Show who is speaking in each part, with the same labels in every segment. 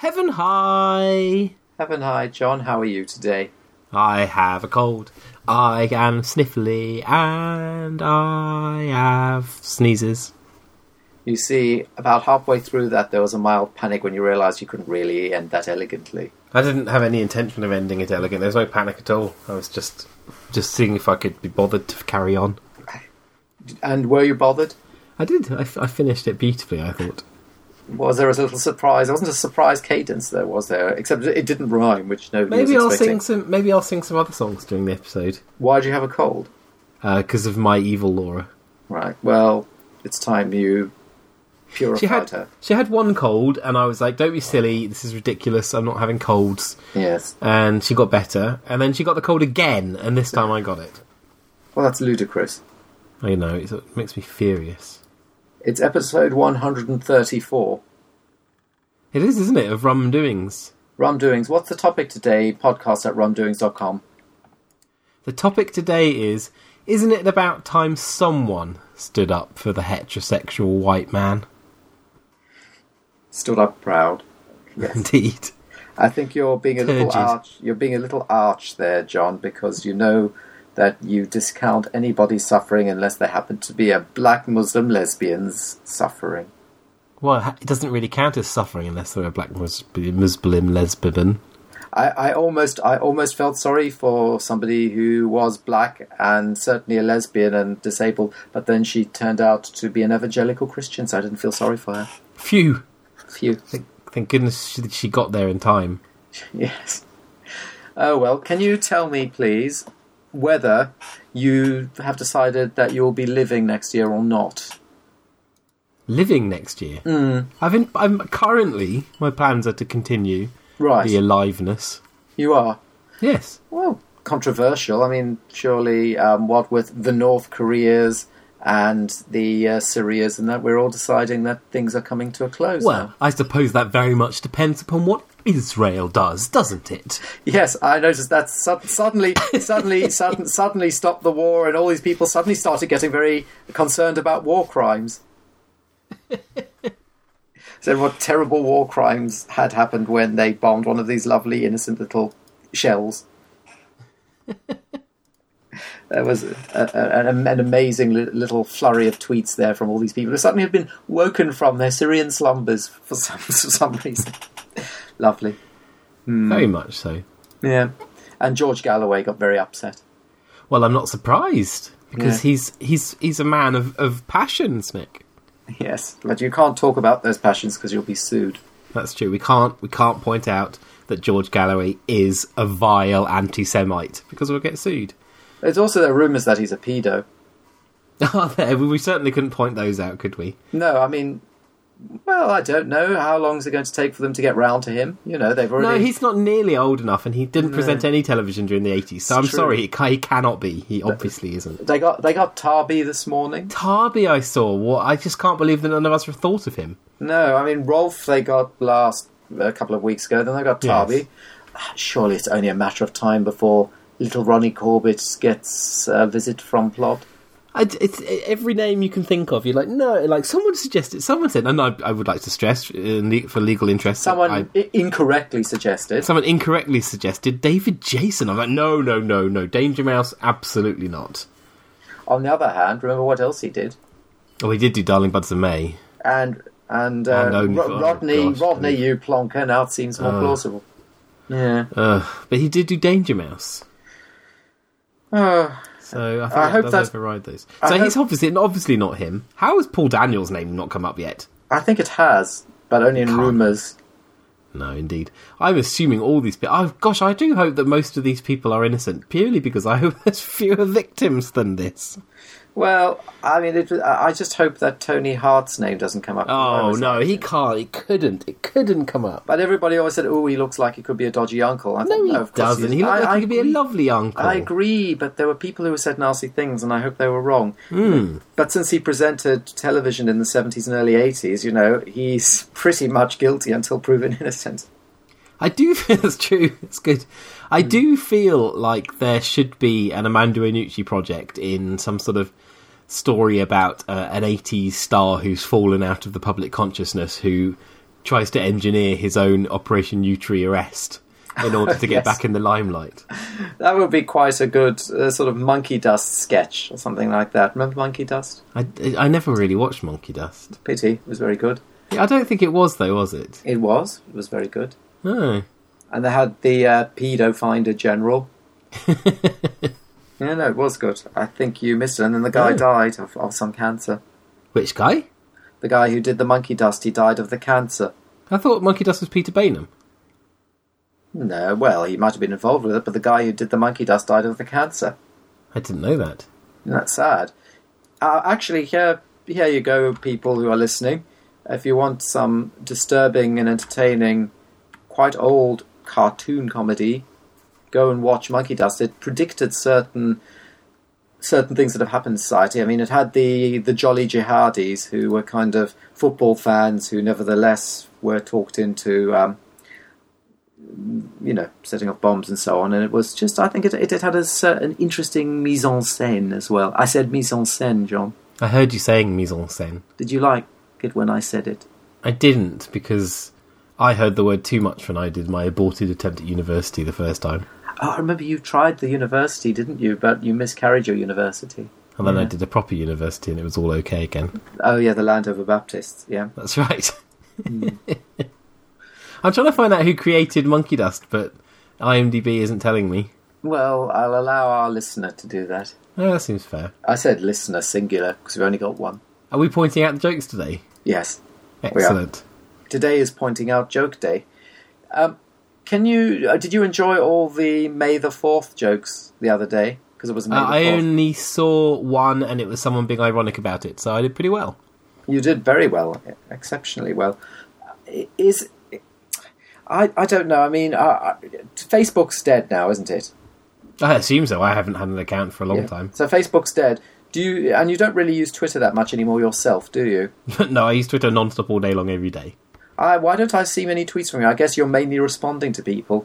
Speaker 1: Heaven high!
Speaker 2: Heaven hi, John. How are you today?
Speaker 1: I have a cold. I am sniffly and I have sneezes.
Speaker 2: You see, about halfway through that, there was a mild panic when you realised you couldn't really end that elegantly.
Speaker 1: I didn't have any intention of ending it elegant. There was no panic at all. I was just just seeing if I could be bothered to carry on.
Speaker 2: And were you bothered?
Speaker 1: I did. I, f- I finished it beautifully. I thought.
Speaker 2: Was there a little surprise? There wasn't a surprise cadence there, was there? Except it didn't rhyme, which nobody
Speaker 1: Maybe
Speaker 2: was
Speaker 1: I'll
Speaker 2: expecting.
Speaker 1: sing some. Maybe I'll sing some other songs during the episode
Speaker 2: Why do you have a cold?
Speaker 1: because of my evil Laura.
Speaker 2: Right. Well, it's time you purified
Speaker 1: She had
Speaker 2: her.
Speaker 1: she had one cold, and I was like, "Don't be silly. This is ridiculous. I'm not having colds."
Speaker 2: Yes.
Speaker 1: And she got better, and then she got the cold again, and this time I got it.
Speaker 2: Well, that's ludicrous.
Speaker 1: I know it's, it makes me furious.
Speaker 2: It's episode 134.
Speaker 1: It is, isn't it, of rum doings.
Speaker 2: Rum Doings. What's the topic today? Podcast at rumdoings.com.
Speaker 1: The topic today is Isn't it about time someone stood up for the heterosexual white man?
Speaker 2: Stood up proud. Yes.
Speaker 1: Indeed.
Speaker 2: I think you're being a little
Speaker 1: Turgid.
Speaker 2: arch. You're being a little arch there, John, because you know that you discount anybody suffering unless they happen to be a black Muslim lesbian's suffering.
Speaker 1: Well, ha- it doesn't really count as suffering unless they're a black Mus- Muslim lesbian.
Speaker 2: I, I almost, I almost felt sorry for somebody who was black and certainly a lesbian and disabled, but then she turned out to be an evangelical Christian, so I didn't feel sorry for her.
Speaker 1: Phew!
Speaker 2: Phew.
Speaker 1: Thank, thank goodness she, she got there in time.
Speaker 2: Yes. Oh well, can you tell me, please, whether you have decided that you'll be living next year or not?
Speaker 1: Living next year. I've in, I'm currently my plans are to continue
Speaker 2: Right,
Speaker 1: the aliveness.
Speaker 2: you are.
Speaker 1: Yes.
Speaker 2: Well, controversial. I mean, surely, um, what with the North Koreas and the uh, Syrias and that, we're all deciding that things are coming to a close.
Speaker 1: Well,
Speaker 2: now.
Speaker 1: I suppose that very much depends upon what Israel does, doesn't it?
Speaker 2: yes, I noticed that su- suddenly, suddenly, sudden, suddenly stopped the war, and all these people suddenly started getting very concerned about war crimes. so, what terrible war crimes had happened when they bombed one of these lovely, innocent little shells? There was a, a, an, an amazing li- little flurry of tweets there from all these people who suddenly had been woken from their Syrian slumbers for some, for some reason. Lovely. Hmm.
Speaker 1: Very much so.
Speaker 2: Yeah. And George Galloway got very upset.
Speaker 1: Well, I'm not surprised because
Speaker 2: Yeah.
Speaker 1: he's he's he's a man of of passions, Nick.
Speaker 2: Yes. But you can't talk about those passions because you'll be sued.
Speaker 1: That's true. We can't we can't point out that George Galloway is a vile anti-Semite because we'll get sued.
Speaker 2: There's also the rumours that he's a pedo.
Speaker 1: Are Oh, there? We certainly couldn't point those out, could we?
Speaker 2: No, I mean, well, I don't know. How long is it going to take for them to get round to him? You know, they've already.
Speaker 1: No, he's not nearly old enough, and he didn't present any television during the 80s. So I'm
Speaker 2: true.
Speaker 1: sorry, he, ca- he cannot be. He obviously isn't.
Speaker 2: They got they got Tarby this morning.
Speaker 1: Tarby, I saw. What? I just can't believe that none of us have thought of him.
Speaker 2: No, I mean Rolf. They got last a couple of weeks ago. Then they got Tarby. Ah, Surely it's only a matter of time before little Ronnie Corbett gets a visit from Plod.
Speaker 1: I, it's e, every name you can think of. You're like, no, like someone suggested, someone said, and I, I would like to stress uh, le- for legal interest, that
Speaker 2: Someone
Speaker 1: I,
Speaker 2: i- incorrectly suggested.
Speaker 1: someone incorrectly suggested David Jason. I'm like, no, no, no, no, Danger Mouse, absolutely not.
Speaker 2: On the other hand, remember what else he did?
Speaker 1: Oh, he did do Darling Buds of May.
Speaker 2: and and uh,
Speaker 1: And only
Speaker 2: Ro-
Speaker 1: for- oh,
Speaker 2: Rodney
Speaker 1: gosh,
Speaker 2: Rodney
Speaker 1: dude.
Speaker 2: you plonker now it seems
Speaker 1: Ah.
Speaker 2: more plausible. Yeah.
Speaker 1: Ugh, but he did do Danger Mouse.
Speaker 2: Uh,
Speaker 1: So I think
Speaker 2: I
Speaker 1: that
Speaker 2: hope
Speaker 1: does
Speaker 2: that's-
Speaker 1: override those.
Speaker 2: I
Speaker 1: So
Speaker 2: hope-
Speaker 1: he's obviously obviously not him. How has Paul Daniels' name not come up yet?
Speaker 2: I think it has, but only in
Speaker 1: Can't.
Speaker 2: rumours.
Speaker 1: No, indeed. I'm assuming all these people. Oh, gosh, I do hope that most of these people are innocent, purely because I hope there's fewer victims than this.
Speaker 2: Well, I mean, it, I I just hope that Tony Hart's name doesn't come up.
Speaker 1: Oh
Speaker 2: Rumours.
Speaker 1: no, he can't. It couldn't. It couldn't come up.
Speaker 2: But everybody always said, "Oh, he looks like he could be a dodgy uncle." I thought,
Speaker 1: No, he
Speaker 2: no, of course
Speaker 1: doesn't.
Speaker 2: is."
Speaker 1: He looked
Speaker 2: I-
Speaker 1: like
Speaker 2: I
Speaker 1: he could be a
Speaker 2: agree-
Speaker 1: lovely uncle.
Speaker 2: I agree, but there were people who said nasty things, and I hope they were wrong.
Speaker 1: Hmm.
Speaker 2: But since he presented television in the seventies and early eighties, you know, he's pretty much guilty until proven innocent.
Speaker 1: I do feel that's true. It's good. I do feel like there should be an Amanda Inucci project in some sort of story about uh, an 80s star who's fallen out of the public consciousness who tries to engineer his own Operation Utri arrest in order to get
Speaker 2: Yes.
Speaker 1: back in the limelight.
Speaker 2: That would be quite a good uh, sort of monkey dust sketch or something like that. Remember monkey dust?
Speaker 1: I, I never really watched Monkey Dust.
Speaker 2: Pity it was very good.
Speaker 1: Yeah, I don't think it was though, was it?
Speaker 2: It was. It was very good.
Speaker 1: No.
Speaker 2: And they had the uh, pedo finder general. yeah, no, it was good. I think you missed it. And then the guy
Speaker 1: Oh.
Speaker 2: died of, of some cancer.
Speaker 1: Which guy?
Speaker 2: The guy who did the monkey dust, he died of the cancer.
Speaker 1: I thought Monkey Dust was Peter Bainham.
Speaker 2: No, well, he might have been involved with it, but the guy who did the monkey dust died of the cancer.
Speaker 1: I didn't know that.
Speaker 2: Isn't that sad? Uh, actually, here, here you go, people who are listening. If you want some disturbing and entertaining, quite old cartoon comedy, go and watch Monkey Dust. It predicted certain certain things that have happened in society. I mean, it had the the jolly jihadis who were kind of football fans who nevertheless were talked into. Um, you know, setting off bombs and so on, and it was just. I think it it, it had a certain interesting mise en scène as well. I said mise en scène, John.
Speaker 1: I heard you saying mise en scène.
Speaker 2: Did you like it when I said it?
Speaker 1: I didn't because I heard the word too much when I did my aborted attempt at university the first time.
Speaker 2: Oh, I remember you tried the university, didn't you? But you miscarried your university.
Speaker 1: And then I did a proper university and it was all okay again.
Speaker 2: Oh yeah, the Landover Baptists. Yeah,
Speaker 1: That's right.
Speaker 2: Hmm.
Speaker 1: I'm trying to find out who created Monkey Dust, but IMDb isn't telling me.
Speaker 2: Well, I'll allow our listener to do that.
Speaker 1: Oh, that seems fair.
Speaker 2: I said listener singular because we've only got one.
Speaker 1: Are we pointing out the jokes today?
Speaker 2: Yes. are.
Speaker 1: Excellent.
Speaker 2: Today is pointing out joke day. Um, can you? Uh, did you enjoy all the May the Fourth jokes the other day? Because it was May
Speaker 1: Uh, I
Speaker 2: the Fourth.
Speaker 1: only saw one and it was someone being ironic about it, so I did pretty well.
Speaker 2: You did very well, exceptionally well. I- Is I? I don't know. I mean, I, I, Facebook's dead now, isn't it?
Speaker 1: I assume so. I haven't had an account for a long
Speaker 2: Yeah.
Speaker 1: time.
Speaker 2: So Facebook's dead. Do you? And you don't really use Twitter that much anymore yourself, do you?
Speaker 1: no, I use Twitter non-stop all day long every day.
Speaker 2: I, why don't I see many tweets from you? I guess you're mainly responding to people.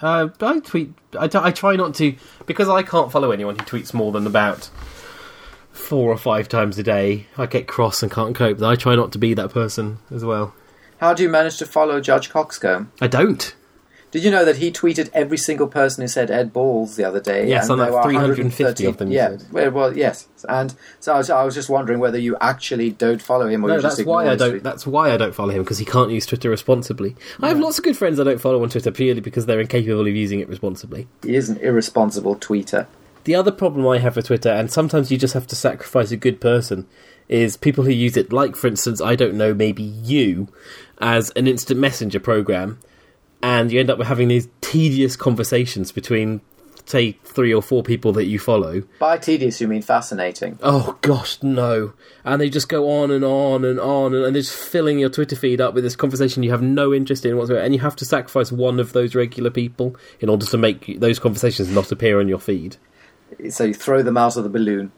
Speaker 1: Uh, I tweet. I, t- I try not to because I can't follow anyone who tweets more than about four or five times a day. I get cross and can't cope. I try not to be that person as well.
Speaker 2: How do you manage to follow Judge Coxcomb?
Speaker 1: I don't.
Speaker 2: Did you know that he tweeted every single person who said Ed Balls the other day?
Speaker 1: Yes,
Speaker 2: and
Speaker 1: on
Speaker 2: there
Speaker 1: that
Speaker 2: were
Speaker 1: 350 of them you
Speaker 2: Yeah,
Speaker 1: said.
Speaker 2: well, well, yes. And so I was, I was just wondering whether you actually don't follow him or
Speaker 1: No,
Speaker 2: you just
Speaker 1: that's why
Speaker 2: ignore
Speaker 1: I
Speaker 2: his
Speaker 1: don't.
Speaker 2: tweet.
Speaker 1: That's why I don't follow him because he can't use Twitter responsibly. I have lots of good friends I don't follow on Twitter purely because they're incapable of using it responsibly.
Speaker 2: He is an irresponsible tweeter.
Speaker 1: The other problem I have with Twitter, and sometimes you just have to sacrifice a good person, is people who use it, like, for instance, I don't know, maybe you, as an instant messenger program, and you end up with having these tedious conversations between, say, three or four people that you follow.
Speaker 2: By tedious, you mean fascinating.
Speaker 1: Oh, gosh, no. And they just go on and on and on, and, and they're just filling your Twitter feed up with this conversation you have no interest in whatsoever, and you have to sacrifice one of those regular people in order to make those conversations not appear on your feed.
Speaker 2: So you throw them out of the balloon.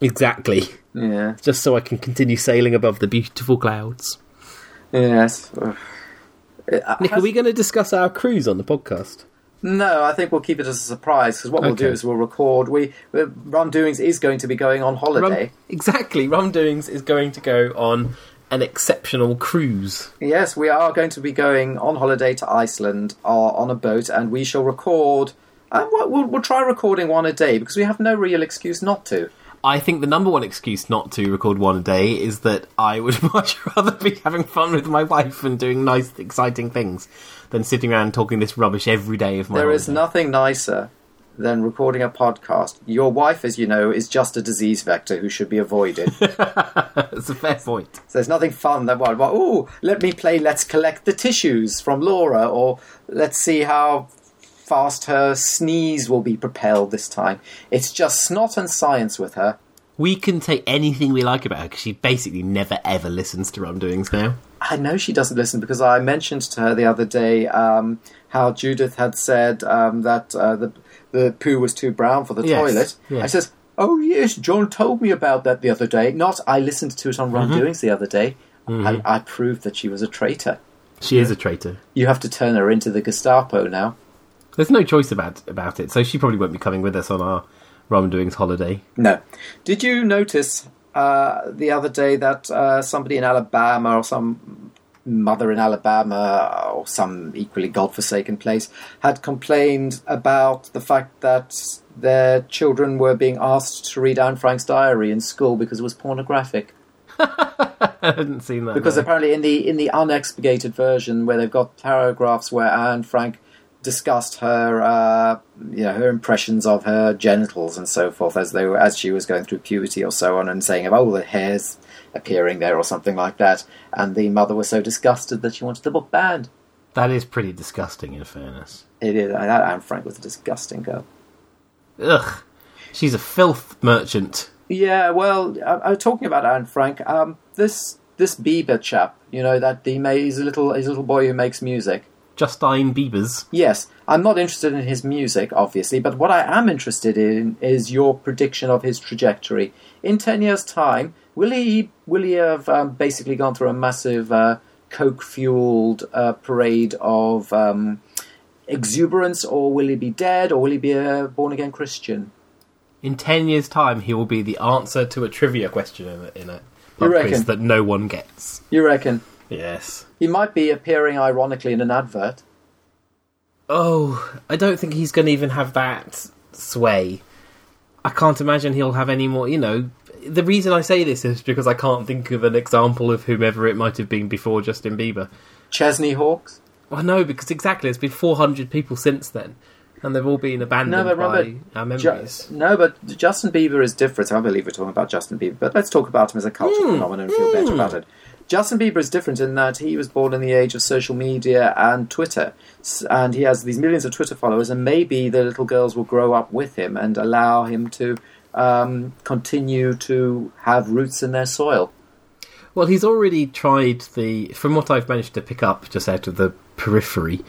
Speaker 1: Exactly.
Speaker 2: Yeah.
Speaker 1: just so I can continue sailing above the beautiful clouds.
Speaker 2: Yes. Ugh. Uh,
Speaker 1: Nick, are
Speaker 2: has-
Speaker 1: we going to discuss our cruise on the podcast?
Speaker 2: No, I think we'll keep it as a surprise because what we'll do
Speaker 1: Okay.
Speaker 2: is we'll record. We we- Rum Doings is going to be going on holiday.
Speaker 1: exactly. Rum Doings is going to go on an exceptional cruise.
Speaker 2: Yes, we are going to be going on holiday to Iceland uh, on a boat, and we shall record. Uh, we'll, we'll, we'll try recording one a day because we have no real excuse not to.
Speaker 1: I think the number one excuse not to record one a day is that I would much rather be having fun with my wife and doing nice, exciting things than sitting around talking this rubbish every day of my
Speaker 2: There is
Speaker 1: holiday.
Speaker 2: nothing nicer than recording a podcast. Your wife, as you know, is just a disease vector who should be avoided. so
Speaker 1: That's a fair point.
Speaker 2: there's nothing fun than well, well, ooh, let me play Let's Collect the Tissues from Laura, or let's see how fast her sneeze will be propelled this time. It's just snot and science with her.
Speaker 1: We can take anything we like about her because she basically never ever listens to Rum Doings now.
Speaker 2: I know she doesn't listen because I mentioned to her the other day um, how Judith had said um, that uh, the the poo was too brown for the
Speaker 1: Yes,
Speaker 2: toilet.
Speaker 1: yes.
Speaker 2: I says, "Oh yes, John told me about that the other day. Not I listened to it
Speaker 1: Mm-hmm.
Speaker 2: on Ron Doings the other day. I, I proved that she was a traitor.
Speaker 1: She is a traitor.
Speaker 2: You have to turn her into the Gestapo now.
Speaker 1: There's no choice about about it, so she probably won't be coming with us on our rum doings holiday.
Speaker 2: No. Did you notice uh, the other day that uh, somebody in Alabama or some mother in Alabama or some equally godforsaken place had complained about the fact that their children were being asked to read Anne Frank's diary in school because it was pornographic.
Speaker 1: I hadn't seen that.
Speaker 2: Because
Speaker 1: no.
Speaker 2: apparently, in the in the unexpurgated version, where they've got paragraphs where Anne Frank discussed her, uh, you know, her impressions of her genitals and so forth as they were, as she was going through puberty or so on, and saying about oh, the hairs appearing there or something like that, and the mother was so disgusted that she wanted the book banned.
Speaker 1: that is pretty disgusting. In fairness,
Speaker 2: It is. and That Anne Frank was a disgusting girl.
Speaker 1: ugh, she's a filth merchant.
Speaker 2: Yeah, well, I, I was talking about Anne Frank. Um, this this Bieber chap, you know, that he may, he's a little he's a little boy who makes music.
Speaker 1: Justine Bieber's.
Speaker 2: Yes, I'm not interested in his music, obviously, but what I am interested in is your prediction of his trajectory. In ten years' time, will he will he have um, basically gone through a massive uh, coke-fueled uh, parade of um, exuberance, or will he be dead, or will he be a born-again Christian?
Speaker 1: In ten years' time, he will be the answer to a trivia question in a, in a pub
Speaker 2: reckon?
Speaker 1: quiz that no one gets.
Speaker 2: You reckon
Speaker 1: Yes.
Speaker 2: he might be appearing ironically in an advert?
Speaker 1: Oh, I don't think he's going to even have that sway. I can't imagine he'll have any more. You know, the reason I say this is because I can't think of an example of whomever it might have been before Justin Bieber.
Speaker 2: Chesney Hawks?
Speaker 1: Well, no, because exactly, it's been 400 people since then, and they've all been abandoned
Speaker 2: No, but
Speaker 1: by
Speaker 2: Robert,
Speaker 1: our
Speaker 2: Ju-
Speaker 1: memories.
Speaker 2: no, but Justin Bieber is different. I believe we're talking about Justin Bieber, but let's talk about him as a cultural
Speaker 1: Hmm,
Speaker 2: phenomenon and feel better about it. Justin Bieber is different in that he was born in the age of social media and Twitter, S- and he has these millions of Twitter followers, and maybe the little girls will grow up with him and allow him to um, continue to have roots in their soil.
Speaker 1: Well, he's already tried the. From what I've managed to pick up just out of the periphery,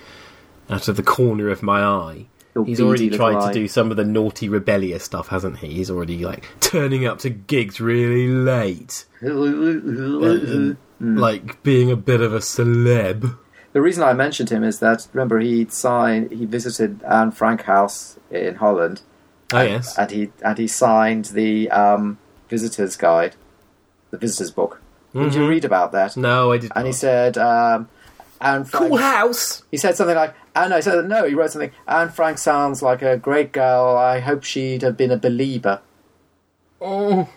Speaker 1: out of the corner of my eye,
Speaker 2: Your
Speaker 1: he's
Speaker 2: beady
Speaker 1: already
Speaker 2: little
Speaker 1: tried
Speaker 2: eye.
Speaker 1: to do some of the naughty, rebellious stuff, hasn't he? He's already, like, turning up to gigs really late.
Speaker 2: Mm,
Speaker 1: and, Like, being a bit of a celeb.
Speaker 2: The reason I mentioned him is that remember he signed, he visited Anne Frank House in Holland,
Speaker 1: Oh, yes.
Speaker 2: and he and he signed the um, visitors guide, the visitors book. Did you read about that?
Speaker 1: No, I did
Speaker 2: And he
Speaker 1: not.
Speaker 2: said, um, Anne Frank.
Speaker 1: Mm. Cool house!
Speaker 2: He said something like, "Ah, no, he said no." He wrote something. Anne Frank sounds like a great girl. I hope she'd have been a believer.
Speaker 1: Oh.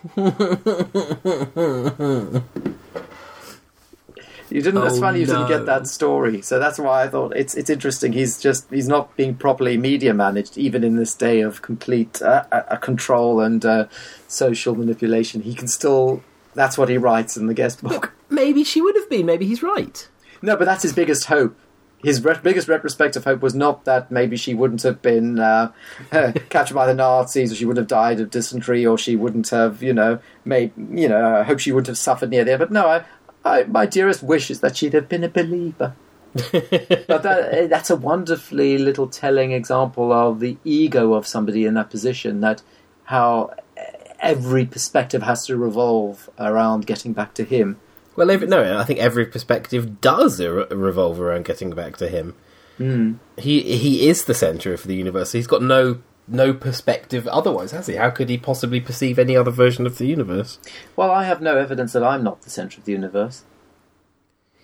Speaker 2: You didn't. That's
Speaker 1: Oh,
Speaker 2: funny. You didn't
Speaker 1: no.
Speaker 2: get that story, so that's why I thought it's it's interesting. He's just he's not being properly media managed, even in this day of complete uh, uh, control and uh, social manipulation. He can still. That's what he writes in the guest book.
Speaker 1: Maybe she would have been, maybe he's right.
Speaker 2: No, but that's his biggest hope. His re- biggest retrospective hope was not that maybe she wouldn't have been uh, captured by the Nazis, or she would have died of dysentery, or she wouldn't have, you know, made, you know, I hope she wouldn't have suffered near there. But no, I, I, my dearest wish is that she'd have been a believer. but that, eh, that's a wonderfully little telling example of the ego of somebody in that position. That how eh, every perspective has to revolve around getting back to him.
Speaker 1: Well, every, no, I think every perspective does re- revolve around getting back to him. Hmm. He he is the center of the universe. He's got no no perspective otherwise, has he? How could he possibly perceive any other version of the universe?
Speaker 2: Well, I have no evidence that I'm not the centre of the universe.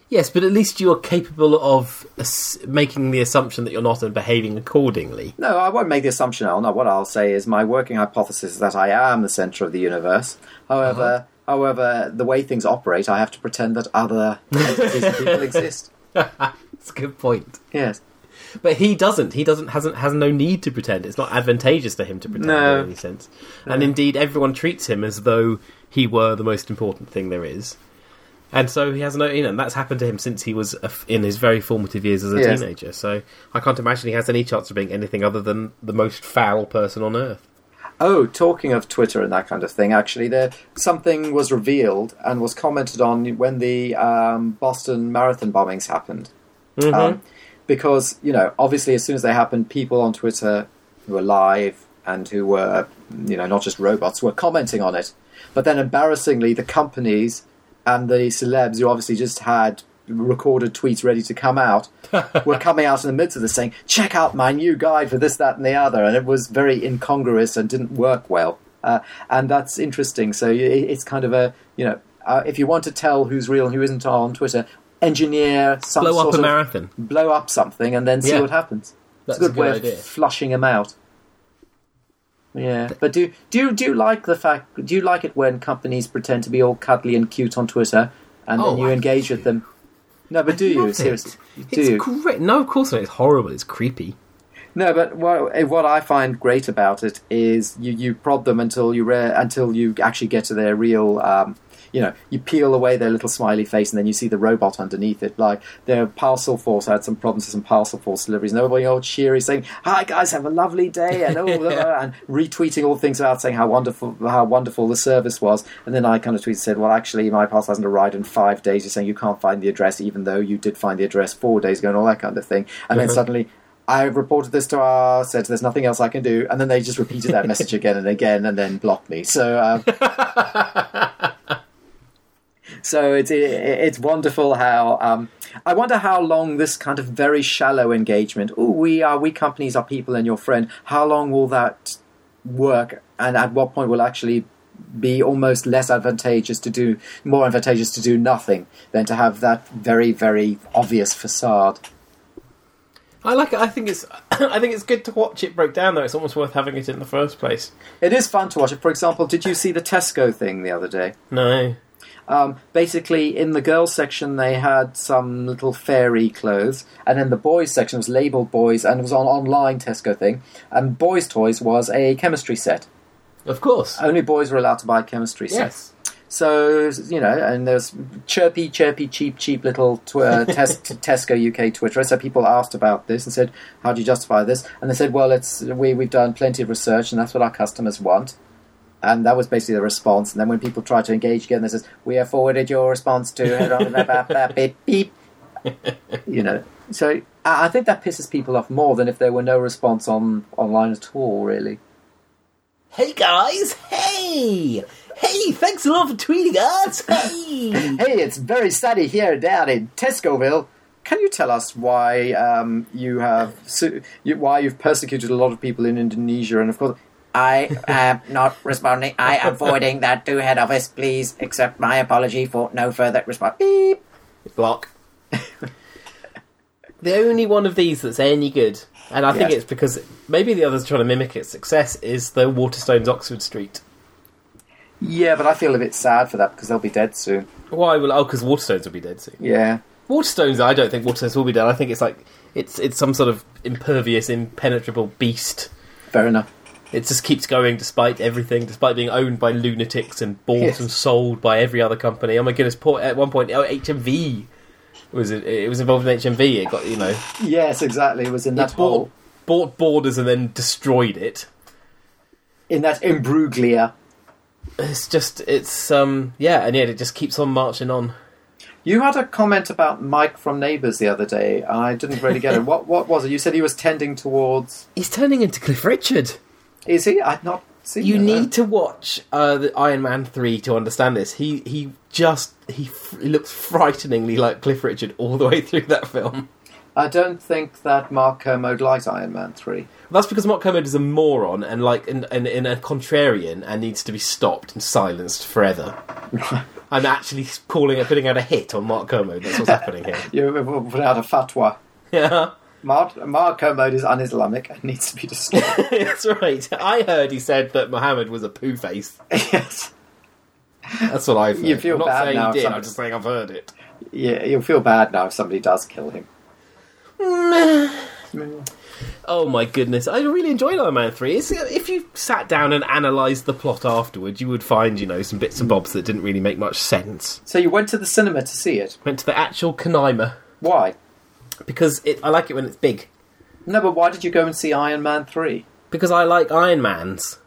Speaker 1: Yes, but at least you are capable of ass- making the assumption that you're not and behaving accordingly.
Speaker 2: No, I won't make the assumption. I'll not. What I'll say is my working hypothesis is that I am the center of the universe. However, however, the way things operate, I have to pretend that other entities and people exist.
Speaker 1: That's a good point.
Speaker 2: Yes.
Speaker 1: But he doesn't. He doesn't hasn't has no need to pretend. It's not advantageous to him to pretend
Speaker 2: No.
Speaker 1: in any sense. And indeed, everyone treats him as though he were the most important thing there is. And so he has no, you know, and that's happened to him since he was a f- in his very formative years as a
Speaker 2: Yes.
Speaker 1: teenager. So I can't imagine he has any chance of being anything other than the most foul person on earth.
Speaker 2: Oh, talking of Twitter and that kind of thing, actually, there something was revealed and was commented on when the um, Boston Marathon bombings happened.
Speaker 3: Mm-hmm.
Speaker 2: Um, because you know, obviously, as soon as they happened, people on Twitter who were live and who were, you know, not just robots, were commenting on it. But then, embarrassingly, the companies and the celebs who obviously just had recorded tweets ready to come out were coming out in the midst of this saying, check out my new guide for this, that, and the other. And it was very incongruous and didn't work well. Uh, and that's interesting. So y- it's kind of a, you know, uh, if you want to tell who's real and who isn't on Twitter, engineer some
Speaker 3: Blow
Speaker 2: sort
Speaker 3: up a
Speaker 2: of
Speaker 3: marathon.
Speaker 2: blow up something and then see
Speaker 3: Yeah.
Speaker 2: what happens.
Speaker 1: That's
Speaker 2: it's a good,
Speaker 1: a good
Speaker 2: way
Speaker 1: idea.
Speaker 2: of flushing them out. Yeah, but do do you, do you like the fact? Do you like it when companies pretend to be all cuddly and cute on Twitter, and
Speaker 3: Oh,
Speaker 2: then you
Speaker 3: I
Speaker 2: engage with them? No, but do you
Speaker 3: Love it.
Speaker 2: seriously? Do
Speaker 3: it's
Speaker 2: you?
Speaker 3: great. No, of course not. It's horrible. It's creepy.
Speaker 2: No, but what eh, what I find great about it is you, you prod them until you re- until you actually get to their real. Um, you know, you peel away their little smiley face, and then you see the robot underneath it. Like their parcel force had some problems with some parcel force deliveries, and everybody all cheery, saying, "Hi guys, have a lovely day," and all blah, blah, blah, and retweeting all things about saying how wonderful how wonderful the service was. And then I kind of tweeted said, "Well, actually, my parcel hasn't arrived in five days." You're saying you can't find the address, even though you did find the address four days ago, and all that kind of thing. And then suddenly, I reported this to our said there's nothing else I can do, and then they just repeated that message again and again, and then blocked me. So, um, so it's it, it's wonderful how um, I wonder how long this kind of very shallow engagement. Oh, we are we companies are people and your friend. How long will that work, and at what point will actually be almost less advantageous to do more advantageous to do nothing than to have that very very obvious facade.
Speaker 1: I like it. I think it's I think it's good to watch it break down though. It's almost worth having it in the first place.
Speaker 2: It is fun to watch it. For example, did you see the Tesco thing the other day?
Speaker 1: No.
Speaker 2: Um, basically, in the girls section, they had some little fairy clothes, and in the boys section it was labeled boys, and it was an online Tesco thing. And boys' toys was a chemistry set.
Speaker 1: Of course.
Speaker 2: Only boys were allowed to buy chemistry sets.
Speaker 1: Uh, yes.
Speaker 2: So you know, and there's chirpy, chirpy, cheap, cheap little tw- uh, tes- Tesco UK Twitter. So people asked about this and said, "How do you justify this?" And they said, "Well, it's we we've done plenty of research, and that's what our customers want." And that was basically the response. And then when people try to engage again, they says, "We have forwarded your response to beep beep." You know, so I I think that pisses people off more than if there were no response on online at all. Really,
Speaker 1: Hey guys. Hey. Hey. Thanks a lot for tweeting us. Hey.
Speaker 2: Hey, it's very sunny here down in Tescoville. Can you tell us why um, you have su- you, why you've persecuted a lot of people in Indonesia? And of course,
Speaker 4: I am not responding. I am forwarding that to head office. Please accept my apology for no further response. Beep.
Speaker 1: Block. the only one of these that's any good, and I think
Speaker 2: Yes.
Speaker 1: it's because maybe the others trying to mimic its success is the Waterstones Oxford Street.
Speaker 2: yeah, but I feel a bit sad for that because they'll be dead soon.
Speaker 1: Why will oh because Waterstones will be dead soon.
Speaker 2: Yeah,
Speaker 1: Waterstones, I don't think Waterstones will be dead. I think it's like it's it's some sort of impervious, impenetrable beast.
Speaker 2: fair enough.
Speaker 1: It just keeps going despite everything, despite being owned by lunatics and bought
Speaker 2: Yes.
Speaker 1: and sold by every other company. Oh my goodness! Poor, at one point, oh, HMV was it? It was involved in HMV. It got you know
Speaker 2: Yes, exactly. It was in that
Speaker 1: it
Speaker 2: hole,
Speaker 1: bought, bought Borders and then destroyed it.
Speaker 2: in that imbruglia.
Speaker 1: It's just it's um yeah, and yet it just keeps on marching on.
Speaker 2: You had a comment about Mike from Neighbours the other day. I didn't really get it. What what was it? You said he was tending towards.
Speaker 1: He's turning into Cliff Richard.
Speaker 2: Is he? I'd not seen.
Speaker 1: You
Speaker 2: it, no.
Speaker 1: need to watch uh, the Iron Man three to understand this. He he just he, f- he looks frighteningly like Cliff Richard all the way through that film.
Speaker 2: I don't think that Mark Kermode likes Iron Man three.
Speaker 1: That's because Mark Kermode is a moron and like and and, and a contrarian and needs to be stopped and silenced forever. I'm actually calling it putting out a hit on Mark Kermode. That's what's happening here.
Speaker 2: You put out a fatwa.
Speaker 1: Yeah,
Speaker 2: Mark, Mark Kermode is un-Islamic and needs to be destroyed.
Speaker 1: that's right. I heard he said that Mohammed was a poo face.
Speaker 2: yes.
Speaker 1: That's what I've heard.
Speaker 2: You feel
Speaker 1: I'm not
Speaker 2: bad
Speaker 1: saying
Speaker 2: now if
Speaker 1: he did. I'm
Speaker 2: somebody-
Speaker 1: just saying I've heard it.
Speaker 2: Yeah, you'll feel bad now if somebody does kill him.
Speaker 1: Oh my goodness! I really enjoyed Iron Man three. It's, if you sat down and analysed the plot afterwards, you would find you know some bits and bobs that didn't really make much sense.
Speaker 2: So you went to the cinema to see it.
Speaker 1: Went to the actual Canaima
Speaker 2: Why?
Speaker 1: because it, I like it when it's big.
Speaker 2: No, but why did you go and see Iron Man 3?
Speaker 1: Because I like Iron Man's.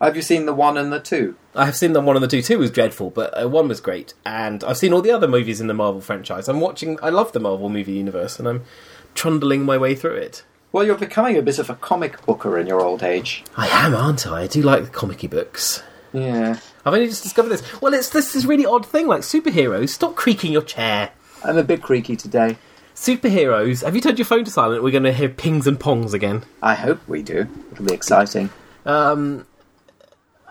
Speaker 2: Have you seen the one and the two?
Speaker 1: I have seen them one and the two. Two was dreadful, but uh, one was great. And I've seen all the other movies in the Marvel franchise. I'm watching. I love the Marvel movie universe, and I'm trundling my way through it.
Speaker 2: Well, you're becoming a bit of a comic booker in your old age.
Speaker 1: I am, aren't I? I do like the comic books.
Speaker 2: Yeah.
Speaker 1: I've only just discovered this. Well, it's this is really odd thing. Like superheroes, stop creaking your chair.
Speaker 2: I'm a bit creaky today.
Speaker 1: Superheroes. Have you turned your phone to silent? We're going to hear pings and pongs again.
Speaker 2: I hope we do. It'll be exciting.
Speaker 1: Um,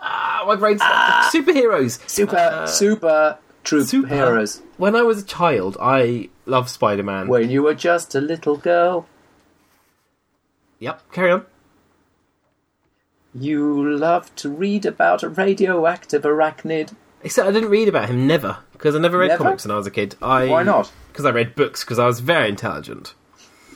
Speaker 1: ah, my brain's superheroes.
Speaker 2: Super, super True
Speaker 1: Super.
Speaker 2: heroes.
Speaker 1: When I was a child, I loved Spider Man.
Speaker 2: When you were just a little girl,
Speaker 1: Yep, carry on.
Speaker 2: you loved to read about a radioactive arachnid.
Speaker 1: Except I didn't read about him, never, because I never read
Speaker 2: Never?
Speaker 1: comics when I was a kid. I,
Speaker 2: Why not?
Speaker 1: Because I read books, because I was very intelligent.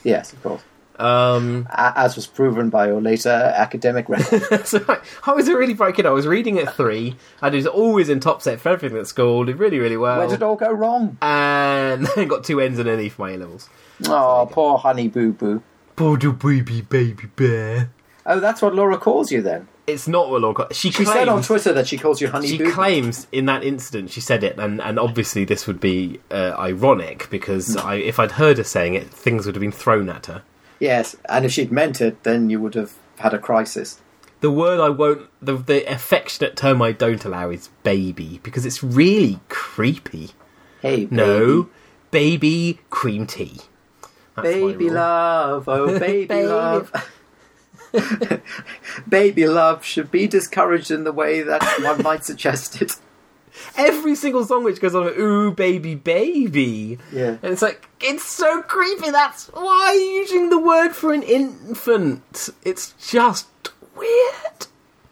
Speaker 2: Yes, of course.
Speaker 1: Um,
Speaker 2: A- As was proven by your later academic record.
Speaker 1: so I, I was a really bright kid. I was reading at three. I was always in top set for everything at school. Did really, really well.
Speaker 2: Where did it all go wrong?
Speaker 1: and then got two N's and an E for my A levels.
Speaker 2: Oh, poor honey boo boo.
Speaker 1: Poor little baby, baby bear.
Speaker 2: Oh, that's what Laura calls you then.
Speaker 1: It's not what Laura. She,
Speaker 2: She said on
Speaker 1: claims-
Speaker 2: Twitter that she calls you honey
Speaker 1: she
Speaker 2: boo.
Speaker 1: claims in that incident she said it, and, and obviously this would be uh, ironic because I, if I'd heard her saying it, things would have been thrown at her.
Speaker 2: Yes, and if she'd meant it, then you would have had a crisis.
Speaker 1: The word I won't, the, the affectionate term I don't allow is baby because it's really creepy.
Speaker 2: Hey,
Speaker 1: No, baby cream tea. That's my
Speaker 2: baby, baby
Speaker 1: rule.
Speaker 2: love, oh baby, love. baby love should be discouraged in the way that one might suggest it.
Speaker 1: Every single song which goes on, ooh, baby, baby.
Speaker 2: Yeah.
Speaker 1: And it's like, it's so creepy. That's why you're using the word for an infant. It's just weird.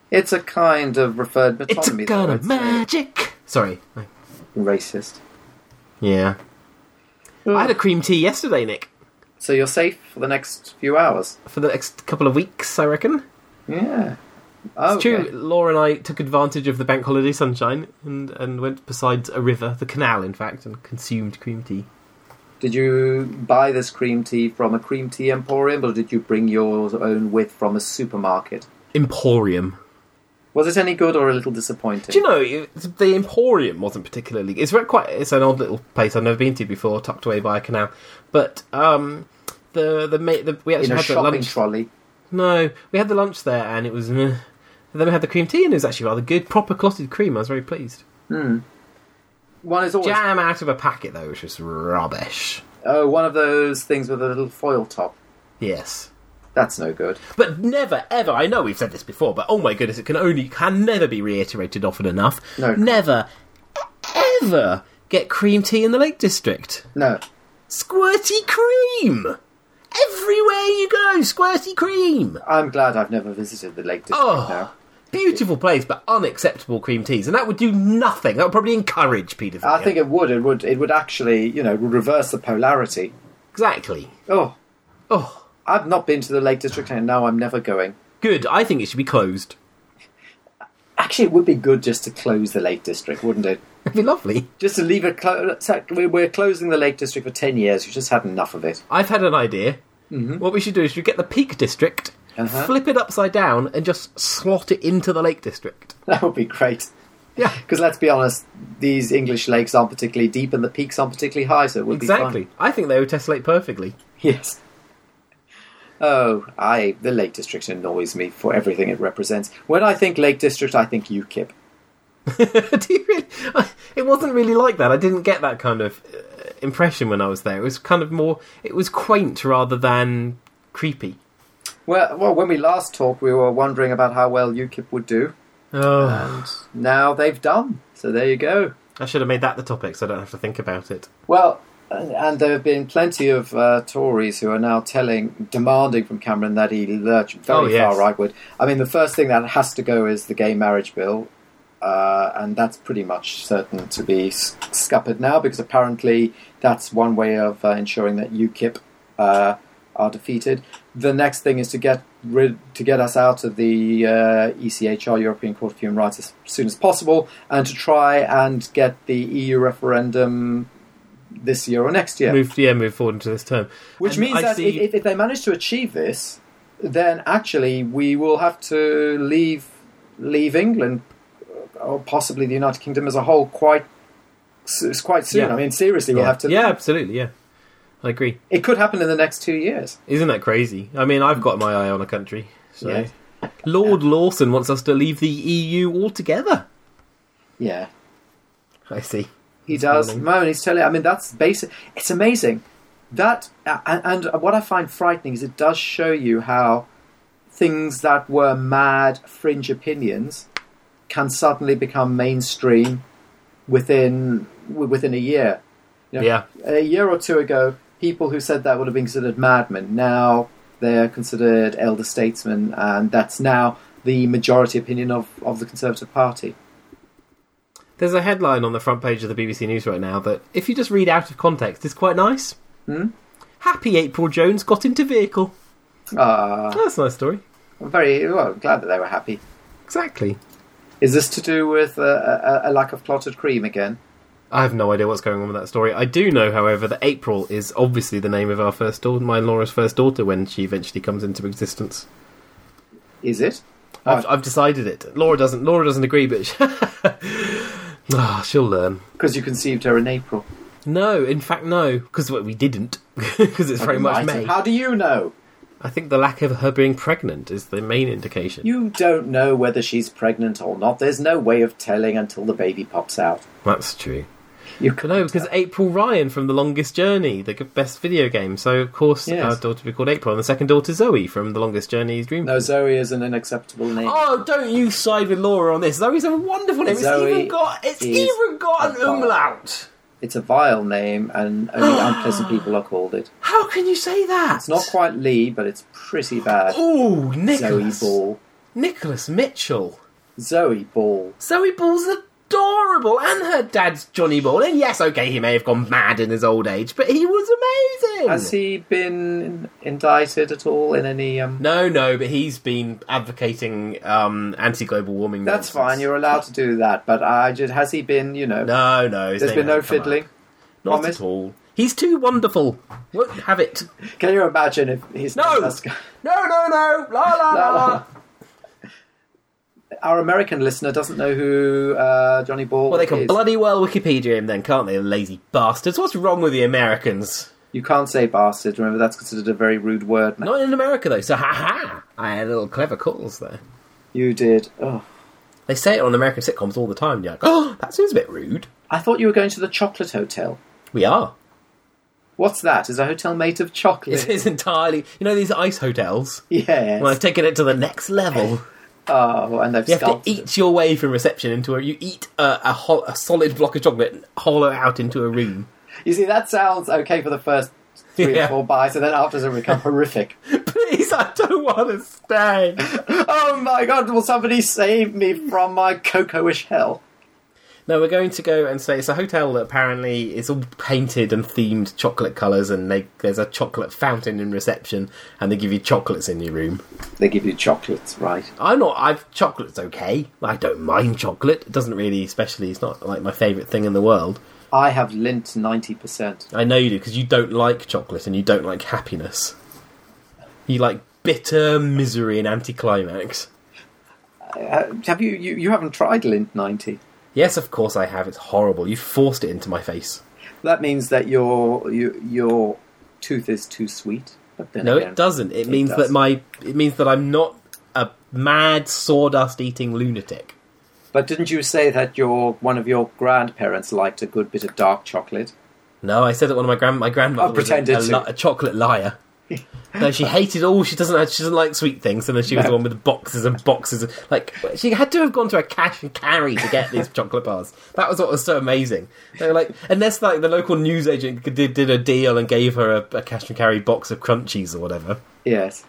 Speaker 2: It's a kind of referred
Speaker 1: It's
Speaker 2: metonymy.
Speaker 1: a
Speaker 2: though,
Speaker 1: kind of
Speaker 2: it's
Speaker 1: magic. Sorry.
Speaker 2: Racist.
Speaker 1: Yeah. I had a cream tea yesterday, Nick.
Speaker 2: So you're safe for the next few hours.
Speaker 1: For the next couple of weeks, I reckon.
Speaker 2: Yeah. Oh,
Speaker 1: It's true. Laura and I took advantage of the bank holiday sunshine and, and went beside a river, the canal, in fact, and consumed cream tea.
Speaker 2: Did you buy this cream tea from a cream tea emporium, or did you bring your own with from a supermarket?
Speaker 1: Emporium.
Speaker 2: Was it any good or a little disappointing?
Speaker 1: Do you know it- the Emporium wasn't particularly? It's re- quite. It's an odd little place I've never been to before, tucked away by a canal. But um, the the, ma- the we
Speaker 2: in
Speaker 1: actually
Speaker 2: a
Speaker 1: had the
Speaker 2: shopping
Speaker 1: lunch.
Speaker 2: trolley.
Speaker 1: no, we had the lunch there, and it was. meh. And Then we had the cream tea, and it was actually rather good. Proper clotted cream. I was very pleased.
Speaker 2: One is always
Speaker 1: Jam out of a packet though, which was rubbish.
Speaker 2: oh, one of those things with a little foil top.
Speaker 1: Yes.
Speaker 2: That's no good.
Speaker 1: But never, ever. I know we've said this before, but oh my goodness, it can only can never be reiterated often enough.
Speaker 2: No, it can't.
Speaker 1: never, e- ever get cream tea in the Lake District.
Speaker 2: No.
Speaker 1: Squirty cream everywhere you go. Squirty cream.
Speaker 2: I'm glad I've never visited the Lake District
Speaker 1: Oh.
Speaker 2: now.
Speaker 1: Beautiful place, but unacceptable cream teas, and that would do nothing. That would probably encourage pedophilia.
Speaker 2: I think it would. It would. It would actually, you know, would reverse the polarity.
Speaker 1: exactly.
Speaker 2: Oh,
Speaker 1: Oh,
Speaker 2: I've not been to the Lake District, and now I'm never going.
Speaker 1: good. I think it should be closed.
Speaker 2: Actually, it would be good just to close the Lake District, wouldn't it?
Speaker 1: It'd be lovely.
Speaker 2: Just to leave it closed. We're closing the Lake District for ten years. You just had enough of it.
Speaker 1: I've had an idea. What we should do is we get the Peak District,
Speaker 2: Mm-hmm. Uh-huh.
Speaker 1: flip it upside down, and just slot it into the Lake District.
Speaker 2: That would be great.
Speaker 1: Yeah,
Speaker 2: Because let's be honest, these English lakes aren't particularly deep, and the peaks aren't particularly high, so it would
Speaker 1: exactly.
Speaker 2: be fun.
Speaker 1: I think they would tessellate perfectly.
Speaker 2: Yes. Oh, I the Lake District annoys me for everything it represents. When I think Lake District, I think UKIP.
Speaker 1: Do you really? I, it wasn't really like that. I didn't get that kind of uh, impression when I was there. It was kind of more. It was quaint rather than creepy.
Speaker 2: Well, well, when we last talked, we were wondering about how well UKIP would do.
Speaker 1: Oh,
Speaker 2: Now they've done, so there you go.
Speaker 1: I should have made that the topic, so I don't have to think about it.
Speaker 2: Well, and and there have been plenty of uh, Tories who are now telling, demanding from Cameron that he lurch very
Speaker 1: Oh, yes.
Speaker 2: far rightward. I mean, the first thing that has to go is the gay marriage bill, uh, and that's pretty much certain to be s- scuppered now because apparently that's one way of uh, ensuring that UKIP uh, are defeated. The next thing is to get rid to get us out of the uh, ECHR European Court of Human Rights as soon as possible, and to try and get the EU referendum this year or next year.
Speaker 1: Move, yeah, move forward into this term,
Speaker 2: Which
Speaker 1: And
Speaker 2: means
Speaker 1: I
Speaker 2: that
Speaker 1: see-
Speaker 2: if, if they manage to achieve this, then actually we will have to leave leave England or possibly the United Kingdom as a whole quite s- quite soon.
Speaker 1: Yeah.
Speaker 2: I mean, seriously,
Speaker 1: yeah.
Speaker 2: we'll have to.
Speaker 1: yeah, absolutely, yeah, I agree.
Speaker 2: It could happen in the next two years.
Speaker 1: Isn't that crazy? I mean, I've got my eye on a country. So.
Speaker 2: Yeah.
Speaker 1: Lord Lawson wants us to leave the EU altogether.
Speaker 2: Yeah,
Speaker 1: I see.
Speaker 2: he does.
Speaker 1: morning.
Speaker 2: Moan, he's telling. I mean, that's basic. It's amazing that, uh, and, and what I find frightening is it does show you how things that were mad fringe opinions can suddenly become mainstream within w- within a year. You know,
Speaker 1: Yeah.
Speaker 2: A year or two ago, people who said that would have been considered madmen. Now they're considered elder statesmen, and that's now the majority opinion of, of the Conservative Party.
Speaker 1: There's a headline on the front page of the BBC News right now that, if you just read out of context, is quite nice. Happy April Jones got into vehicle.
Speaker 2: Ah,
Speaker 1: That's a nice story.
Speaker 2: I'm very well. I'm glad that they were happy.
Speaker 1: Exactly.
Speaker 2: Is this to do with uh, a, a, a lack of clotted cream again?
Speaker 1: I have no idea what's going on with that story. I do know, however, that April is obviously the name of our first daughter, my Laura's first daughter, when she eventually comes into existence.
Speaker 2: Is it?
Speaker 1: I've, I've decided it. Laura doesn't. Laura doesn't agree, but she, Ah, she'll learn.
Speaker 2: Because you conceived her in April.
Speaker 1: No, in fact, no, because well, we didn't, because it's very much May.
Speaker 2: How do you know?
Speaker 1: I think the lack of her being pregnant is the main indication.
Speaker 2: You don't know whether she's pregnant or not. There's no way of telling until the baby pops out.
Speaker 1: That's true.
Speaker 2: You
Speaker 1: But
Speaker 2: can
Speaker 1: no, because April Ryan from The Longest Journey, the g- best video game. So of course
Speaker 2: Yes.
Speaker 1: our daughter will be called April, and the second daughter Zoe from The Longest Journey Dream.
Speaker 2: No, Zoe is an unacceptable name.
Speaker 1: Oh, don't you side with Laura on this? Zoe's a wonderful name.
Speaker 2: Zoe
Speaker 1: it's even got it's
Speaker 2: is
Speaker 1: even got an
Speaker 2: a bard.
Speaker 1: umlaut.
Speaker 2: It's a vile name, and only unpleasant people are called it.
Speaker 1: How can you say that?
Speaker 2: It's not quite Lee, but it's pretty bad.
Speaker 1: Oh,
Speaker 2: Zoe
Speaker 1: Nicholas.
Speaker 2: Ball.
Speaker 1: Nicholas Mitchell.
Speaker 2: Zoe Ball.
Speaker 1: Zoe Ball's adorable, and her dad's Johnny Ball. And yes, okay, he may have gone mad in his old age, but he was amazing.
Speaker 2: Has he been indicted at all in any? Um...
Speaker 1: No, no, but he's been advocating um, anti-global warming. nonsense.
Speaker 2: That's fine. You're allowed to do that, but I just has he been? You know,
Speaker 1: No, no. his
Speaker 2: there's
Speaker 1: name
Speaker 2: been no
Speaker 1: hasn't come up.
Speaker 2: fiddling.
Speaker 1: Not
Speaker 2: Promise?
Speaker 1: at all. He's too wonderful. Won't have it.
Speaker 2: Can you imagine if he's
Speaker 1: No! No, no, no. La la
Speaker 2: La,
Speaker 1: la.
Speaker 2: la, la. Our American listener doesn't know who uh, Johnny Ball
Speaker 1: Well, they can
Speaker 2: is.
Speaker 1: bloody well Wikipedia him then, can't they? Lazy bastards. What's wrong with the Americans?
Speaker 2: You can't say bastard. Remember, that's considered a very rude word. Now.
Speaker 1: Not in America though. So ha ha. I had little clever calls there.
Speaker 2: You did. Oh,
Speaker 1: They say it on American sitcoms all the time. You're like, oh, that seems a bit rude.
Speaker 2: I thought you were going to the chocolate hotel.
Speaker 1: We are.
Speaker 2: What's that? Is a hotel made of
Speaker 1: It's,
Speaker 2: chocolate?
Speaker 1: it's entirely. You know these ice hotels.
Speaker 2: yes.
Speaker 1: Well, I've taken it to the next level.
Speaker 2: Oh, and they've
Speaker 1: You have to
Speaker 2: sculpted.
Speaker 1: eat your way from reception into a. You eat a, a, hol- a solid block of chocolate and hollow out into a room.
Speaker 2: You see, that sounds okay for the first three
Speaker 1: Yeah.
Speaker 2: or four bites, and then afterwards it become horrific.
Speaker 1: Please, I don't want to stay.
Speaker 2: Oh my god! Will somebody save me from my cocoa-ish hell?
Speaker 1: No, we're going to go and say it's a hotel that apparently is all painted and themed chocolate colours, and they, there's a chocolate fountain in reception, and they give you chocolates in your room.
Speaker 2: They give you chocolates, right?
Speaker 1: I'm not. I've chocolate's okay. I don't mind chocolate. It doesn't really, especially. It's not like my favourite thing in the world.
Speaker 2: I have lint ninety percent.
Speaker 1: I know you do because you don't like chocolate and you don't like happiness. You like bitter misery and anticlimax.
Speaker 2: Uh, have you, you? You haven't tried lint ninety.
Speaker 1: Yes, of course I have. It's horrible. You forced it into my face.
Speaker 2: That means that your your, your tooth is too sweet. But then
Speaker 1: No,
Speaker 2: again,
Speaker 1: it doesn't. It, means
Speaker 2: does.
Speaker 1: that my. It means that I'm not a mad sawdust eating lunatic.
Speaker 2: But didn't you say that your one of your grandparents liked a good bit of dark chocolate?
Speaker 1: No, I said that one of my grand my grandmother
Speaker 2: I
Speaker 1: was a,
Speaker 2: pretended
Speaker 1: a
Speaker 2: to.
Speaker 1: li- a chocolate liar. no, she hated all. She doesn't. She doesn't like sweet things. And then she was the one with the boxes and boxes. Of, like she had to have gone to a cash and carry to get these chocolate bars. That was what was so amazing. They were like, unless like the local newsagent did, did a deal and gave her a, a cash and carry box of crunchies or whatever.
Speaker 2: Yes.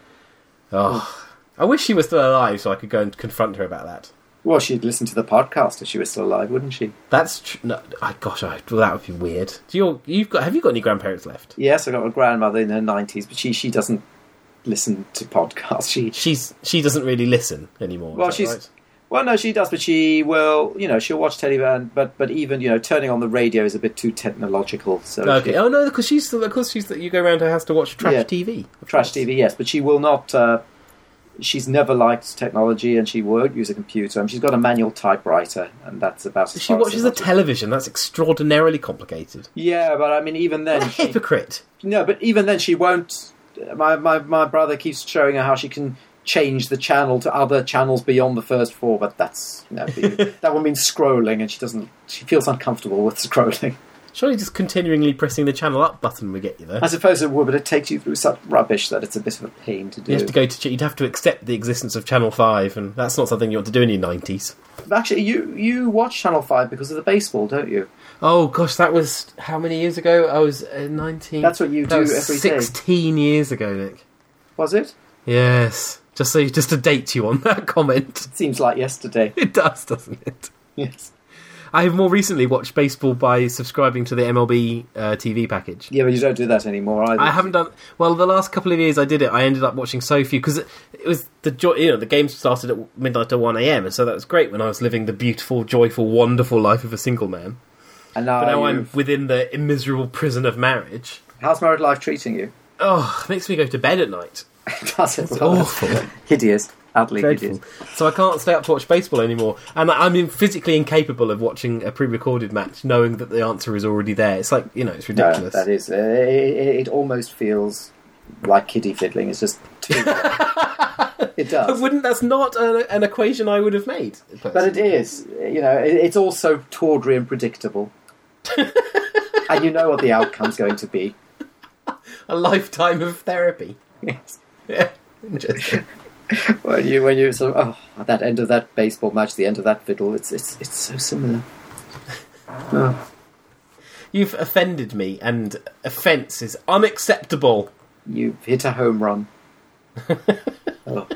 Speaker 1: Oh, I wish she was still alive so I could go and confront her about that.
Speaker 2: Well, she'd listen to the podcast if she was still alive, wouldn't she?
Speaker 1: That's tr- no. I gosh, I, well, that would be weird. Do you? You've got? Have you got any grandparents left?
Speaker 2: Yes, I got a grandmother in her nineties, but she she doesn't listen to podcasts. She
Speaker 1: She's she doesn't really listen anymore.
Speaker 2: well,
Speaker 1: is that
Speaker 2: she's
Speaker 1: right?
Speaker 2: well, no, she does, but she will. You know, she'll watch television, but but even you know, turning on the radio is a bit too technological. So
Speaker 1: Okay.
Speaker 2: she-
Speaker 1: Oh no, because she's of course she's you go around her house to watch trash
Speaker 2: Yeah.
Speaker 1: TV. Of
Speaker 2: trash
Speaker 1: course.
Speaker 2: TV, yes, but she will not. Uh, she's never liked technology, and she won't use a computer. And she's got a manual typewriter, and that's about. As
Speaker 1: She
Speaker 2: far as
Speaker 1: watches
Speaker 2: the
Speaker 1: the television. That's extraordinarily complicated.
Speaker 2: Yeah, but I mean, even
Speaker 1: What a
Speaker 2: then, she,
Speaker 1: hypocrite!
Speaker 2: no, but even then, she won't. My, my my brother keeps showing her how she can change the channel to other channels beyond the first four, but that's you know, be- that would mean scrolling, and she doesn't. She feels uncomfortable with scrolling.
Speaker 1: Surely just continually pressing the channel up button would get you there.
Speaker 2: I suppose it would, but it takes you through such rubbish that it's a bit of a pain to do.
Speaker 1: You have to go to. ch- You'd have to accept the existence of Channel Five, and that's not something you want to do in your nineties.
Speaker 2: Actually, you you watch Channel Five because of the baseball, don't you?
Speaker 1: Oh gosh, that was how many years ago? I was uh, nineteen.
Speaker 2: That's what you
Speaker 1: That
Speaker 2: do
Speaker 1: was
Speaker 2: every day.
Speaker 1: Sixteen years ago, Nick.
Speaker 2: Was it?
Speaker 1: Yes. Just so, you- just to date you on that comment.
Speaker 2: Seems like yesterday.
Speaker 1: It does, doesn't it?
Speaker 2: yes.
Speaker 1: I have more recently watched baseball by subscribing to the MLB uh, TV package.
Speaker 2: Yeah, but you don't do that anymore either.
Speaker 1: I haven't done well. The last couple of years I did it. I ended up watching so few because it, it was the joy. You know, the games started at midnight or one a.m. and so that was great when I was living the beautiful, joyful, wonderful life of a single man.
Speaker 2: And now,
Speaker 1: But now I'm
Speaker 2: you've-
Speaker 1: within the miserable prison of marriage.
Speaker 2: how's married life treating you?
Speaker 1: Oh, it makes me go to bed at night.
Speaker 2: That's it. Well, that's
Speaker 1: Awful.
Speaker 2: Hideous. Utterly hideous.
Speaker 1: Oh. dreadful. So I can't stay up to watch baseball anymore, and I- I'm in- physically incapable of watching a pre-recorded match, knowing that the answer is already there. It's like you know, it's
Speaker 2: No,
Speaker 1: ridiculous.
Speaker 2: that is. Uh, it, it it almost feels like kiddie fiddling. It's just too. it
Speaker 1: But
Speaker 2: does.
Speaker 1: wouldn't that's not an, an equation I would have made?
Speaker 2: But it is. You know, it, it's also tawdry and predictable. and you know what the outcome's going to be.
Speaker 1: a lifetime of therapy.
Speaker 2: Yes.
Speaker 1: Yeah, interesting.
Speaker 2: When you when you sort of oh at that end of that baseball match, the end of that fiddle, it's it's it's so similar. Oh,
Speaker 1: You've offended me, and offence is unacceptable.
Speaker 2: you hit a home run. oh.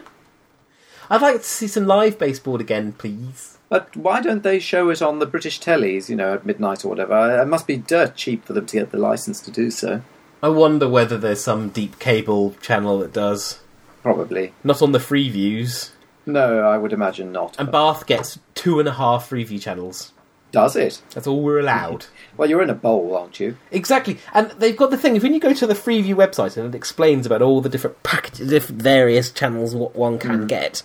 Speaker 1: I'd like to see some live baseball again, please.
Speaker 2: But why don't they show it on the British tellies, you know, at midnight or whatever? It must be dirt cheap for them to get the license to do so.
Speaker 1: I wonder whether there's some deep cable channel that does.
Speaker 2: Probably.
Speaker 1: Not on the free views.
Speaker 2: No, I would imagine not.
Speaker 1: And Bath gets two and a half free view channels.
Speaker 2: Does it?
Speaker 1: That's all we're allowed.
Speaker 2: Well, you're in a bowl, aren't you?
Speaker 1: Exactly, and they've got the thing. If when you go to the Freeview website and it explains about all the different packages, different various channels, what one can
Speaker 2: Hmm.
Speaker 1: get,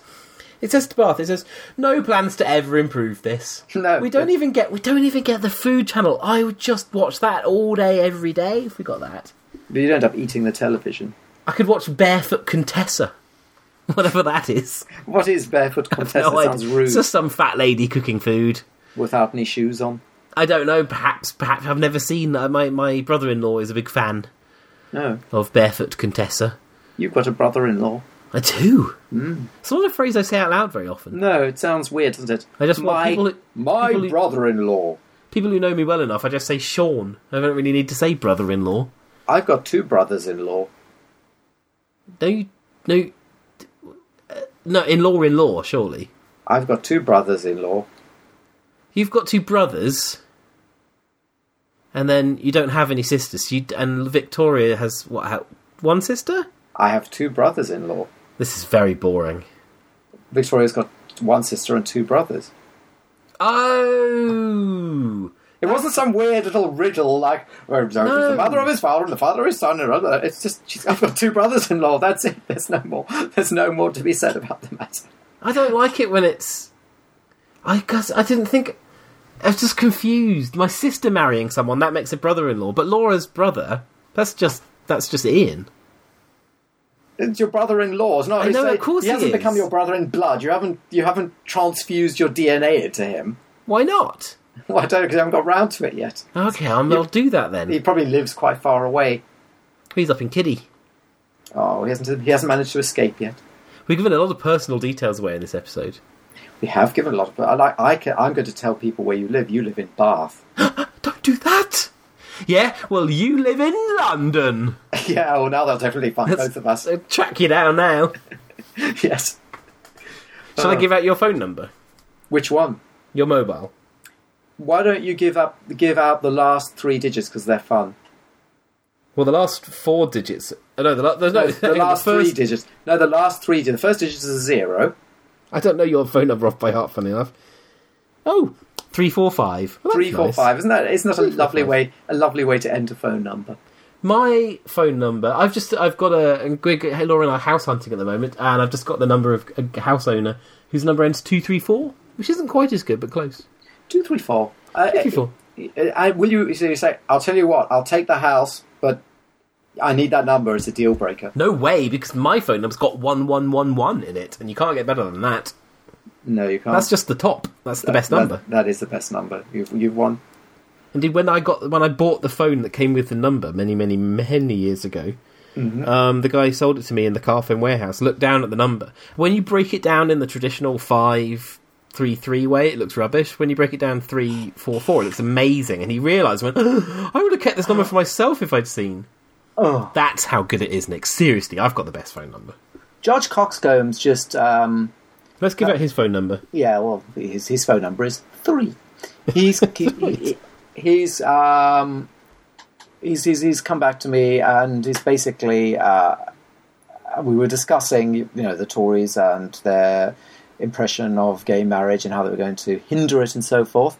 Speaker 1: it says to Bath, it says no plans to ever improve this.
Speaker 2: No.
Speaker 1: we don't e- even get we don't even get the food channel. I would just watch that all day, every day if we got that.
Speaker 2: But you'd end up eating the television.
Speaker 1: I could watch Barefoot Contessa, whatever that is.
Speaker 2: What is barefoot contest?
Speaker 1: No
Speaker 2: that
Speaker 1: idea.
Speaker 2: sounds rude.
Speaker 1: It's just some fat lady cooking food.
Speaker 2: Without any shoes on.
Speaker 1: I don't know. Perhaps, perhaps I've never seen. uh, My my brother-in-law is a big fan
Speaker 2: No.
Speaker 1: of Barefoot Contessa.
Speaker 2: You've got a brother-in-law.
Speaker 1: I do. It's not a phrase I say out loud very often.
Speaker 2: No, it sounds weird, doesn't it?
Speaker 1: I just want
Speaker 2: my,
Speaker 1: people who-
Speaker 2: my
Speaker 1: people who-
Speaker 2: brother-in-law.
Speaker 1: People who know me well enough, I just say Sean. I don't really need to say brother-in-law.
Speaker 2: I've got two brothers-in-law.
Speaker 1: No, you- no, you- uh, no. In-law, in-law. Surely
Speaker 2: I've got two brothers-in-law.
Speaker 1: you've got two brothers, and then you don't have any sisters. You and Victoria has what? How, one sister.
Speaker 2: I have two brothers-in-law.
Speaker 1: This is very boring.
Speaker 2: Victoria's got one sister and two brothers.
Speaker 1: Oh,
Speaker 2: It wasn't some weird little riddle like well, there's the mother of his father and the father of his son. And other. It's just she's, I've got two brothers-in-law. That's it. There's no more. There's no more to be said about the matter.
Speaker 1: I don't like it when it's. I guess I didn't think. I was just confused. My sister marrying someone that makes a brother-in-law, but Laura's brother. That's just that's just Ian.
Speaker 2: It's your brother-in-law. It's not.
Speaker 1: I know,
Speaker 2: it's-
Speaker 1: of course
Speaker 2: he
Speaker 1: he
Speaker 2: hasn't
Speaker 1: is.
Speaker 2: become your brother in blood. You haven't. You haven't transfused your DNA into him.
Speaker 1: Why not?
Speaker 2: Well, I don't because I haven't got round to it yet.
Speaker 1: Okay, I'm, I'll do that
Speaker 2: He
Speaker 1: then.
Speaker 2: probably lives quite far away.
Speaker 1: He's up in Kiddie.
Speaker 2: Oh, he hasn't. He hasn't managed to escape yet.
Speaker 1: We've given a lot of personal details away in this episode.
Speaker 2: We have given a lot, but I like. I can, I'm going to tell people where you live. You live in Bath.
Speaker 1: Don't do that. Yeah, well, you live in London.
Speaker 2: yeah. Well, now they'll definitely find both of us.
Speaker 1: They'll track you down now.
Speaker 2: yes.
Speaker 1: Shall I
Speaker 2: Oh.
Speaker 1: give out your phone number?
Speaker 2: Which one?
Speaker 1: Your mobile?
Speaker 2: Why don't you give up give out the last three digits because they're fun?
Speaker 1: Well, the last four digits. Oh, no, the, la- there's no,
Speaker 2: The last
Speaker 1: first,
Speaker 2: three digits. No, the last three. di- The first digit is a zero.
Speaker 1: I don't know your phone number off by heart, funny enough. Oh, 345. Well, that's
Speaker 2: Three, four,
Speaker 1: nice.
Speaker 2: five. Isn't that? Isn't that a
Speaker 1: four,
Speaker 2: lovely
Speaker 1: five.
Speaker 2: way? A lovely way to end a phone number.
Speaker 1: My phone number, I've just, I've got a, and Greg, hey, Laura and I are house hunting at the moment, and I've just got the number of a house owner whose number ends 234, which isn't quite as good, but close.
Speaker 2: Two, three, four. Uh,
Speaker 1: three, four.
Speaker 2: uh, I, will you, so you say? I'll tell you what. I'll take the house, but I need that number. It's a deal breaker.
Speaker 1: No way, because my phone number's got 1111 in it, and you can't get better than that.
Speaker 2: No, you can't.
Speaker 1: That's just the top. That's the best
Speaker 2: That-
Speaker 1: number.
Speaker 2: that is the best number. You've you've won.
Speaker 1: Indeed, when I got when I bought the phone that came with the number many, many, many years ago, um, the guy who sold it to me in the Carphone warehouse. Looked down at the number. When you break it down in the traditional five three three way, it looks rubbish. When you break it down three four four, it looks amazing. And he realised, went, I would have kept this number for myself if I'd seen.
Speaker 2: Oh,
Speaker 1: That's how good it is, Nick. Seriously, I've got the best phone number.
Speaker 2: Judge Coxcomb's just um,
Speaker 1: Let's give out his phone number.
Speaker 2: yeah. Well, his his phone number is three. He's he, he- he's um he's, he's he's come back to me and he's basically uh, we were discussing you know the Tories and their impression of gay marriage and how they were going to hinder it and so forth.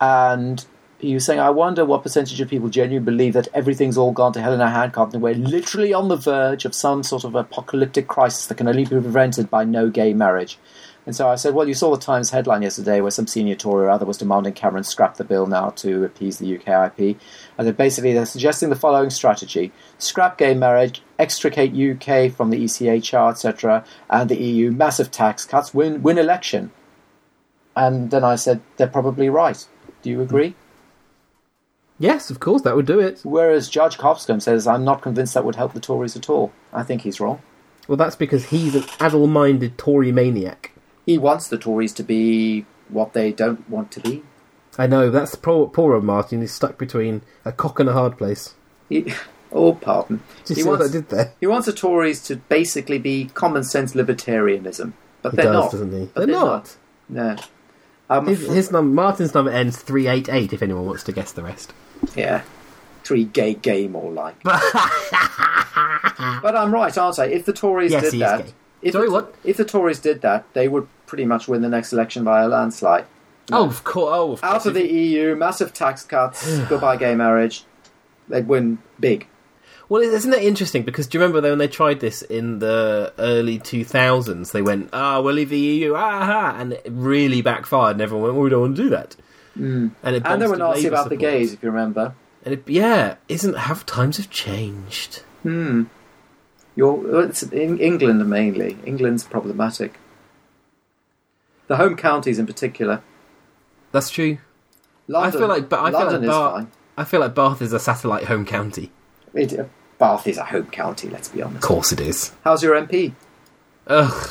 Speaker 2: And he was saying, I wonder what percentage of people genuinely believe that everything's all gone to hell in a handcart and we're literally on the verge of some sort of apocalyptic crisis that can only be prevented by no gay marriage. And so I said, Well, you saw the Times headline yesterday where some senior Tory or other was demanding Cameron scrap the bill now to appease the UKIP. And that basically they're suggesting the following strategy scrap gay marriage, extricate UK from the E ECHR, etc., and the EU, massive tax cuts, win, win election. And then I said, They're probably right. Do you agree?
Speaker 1: Yes, of course, that would do it.
Speaker 2: Whereas Judge Cobscombe says, I'm not convinced that would help the Tories at all. I think he's wrong.
Speaker 1: Well, that's because he's an addle-minded Tory maniac.
Speaker 2: He wants the Tories to be what they don't want to be.
Speaker 1: I know. That's the poor, poor old Martin. He's stuck between a cock and a hard place.
Speaker 2: He, oh, pardon.
Speaker 1: Did
Speaker 2: He
Speaker 1: you see what I
Speaker 2: wants,
Speaker 1: did there?
Speaker 2: he wants the Tories to basically be common sense libertarianism. But
Speaker 1: He
Speaker 2: they're
Speaker 1: does,
Speaker 2: not.
Speaker 1: doesn't he?
Speaker 2: But
Speaker 1: They're not.
Speaker 2: No. Um,
Speaker 1: His, his num- Martin's number ends three eight eight. If anyone wants to guess the rest,
Speaker 2: yeah. Three gay gay more like. but I'm right, aren't I? If the Tories
Speaker 1: Yes,
Speaker 2: did
Speaker 1: he is
Speaker 2: that.
Speaker 1: gay.
Speaker 2: If
Speaker 1: Sorry,
Speaker 2: the,
Speaker 1: what?
Speaker 2: If the Tories did that, they would pretty much win the next election by a landslide.
Speaker 1: oh, of course. Oh, of course.
Speaker 2: out of the EU, massive tax cuts, goodbye gay marriage. They'd win big.
Speaker 1: Well, isn't that interesting? Because do you remember though, when they tried this in the early 2000s, they went, ah, we'll leave the EU, ah, ha," and it really backfired, and everyone went, well, we don't want to do that. Mm. And, it
Speaker 2: Hmm. And they were
Speaker 1: bolstered
Speaker 2: nasty
Speaker 1: Labour
Speaker 2: about the
Speaker 1: support.
Speaker 2: gays, if you remember.
Speaker 1: And it, yeah, isn't have times have changed?
Speaker 2: Your it's in England mainly. England's problematic. The home counties in particular.
Speaker 1: That's true.
Speaker 2: London,
Speaker 1: I feel like, but I feel like
Speaker 2: London is
Speaker 1: Bath.
Speaker 2: fine.
Speaker 1: I feel like Bath is a satellite home county.
Speaker 2: It, uh, Bath is a home county. Let's be honest.
Speaker 1: Of course, it is.
Speaker 2: How's your MP?
Speaker 1: Ugh,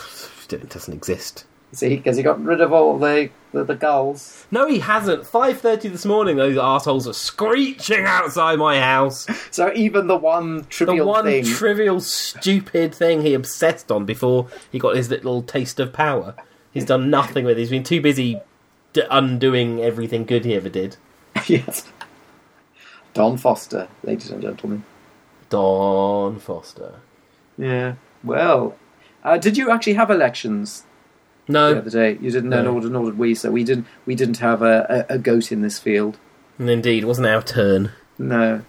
Speaker 1: it doesn't exist.
Speaker 2: See, because he got rid of all the the, the gulls.
Speaker 1: No, he hasn't. Five thirty this morning, those assholes are screeching outside my house.
Speaker 2: So even the one
Speaker 1: The
Speaker 2: trivial
Speaker 1: one
Speaker 2: thing.
Speaker 1: trivial, stupid thing he obsessed on before he got his little taste of power. He's done nothing with it. He's been too busy d- undoing everything good he ever did.
Speaker 2: yes. Don Foster, ladies and gentlemen.
Speaker 1: Don Foster.
Speaker 2: Yeah. Well, uh, did you actually have elections the
Speaker 1: No,
Speaker 2: other day? You didn't, know,
Speaker 1: No.
Speaker 2: nor, did- nor did we. So we didn't. We didn't have a, a, a goat in this field.
Speaker 1: indeed, it wasn't our turn.
Speaker 2: No.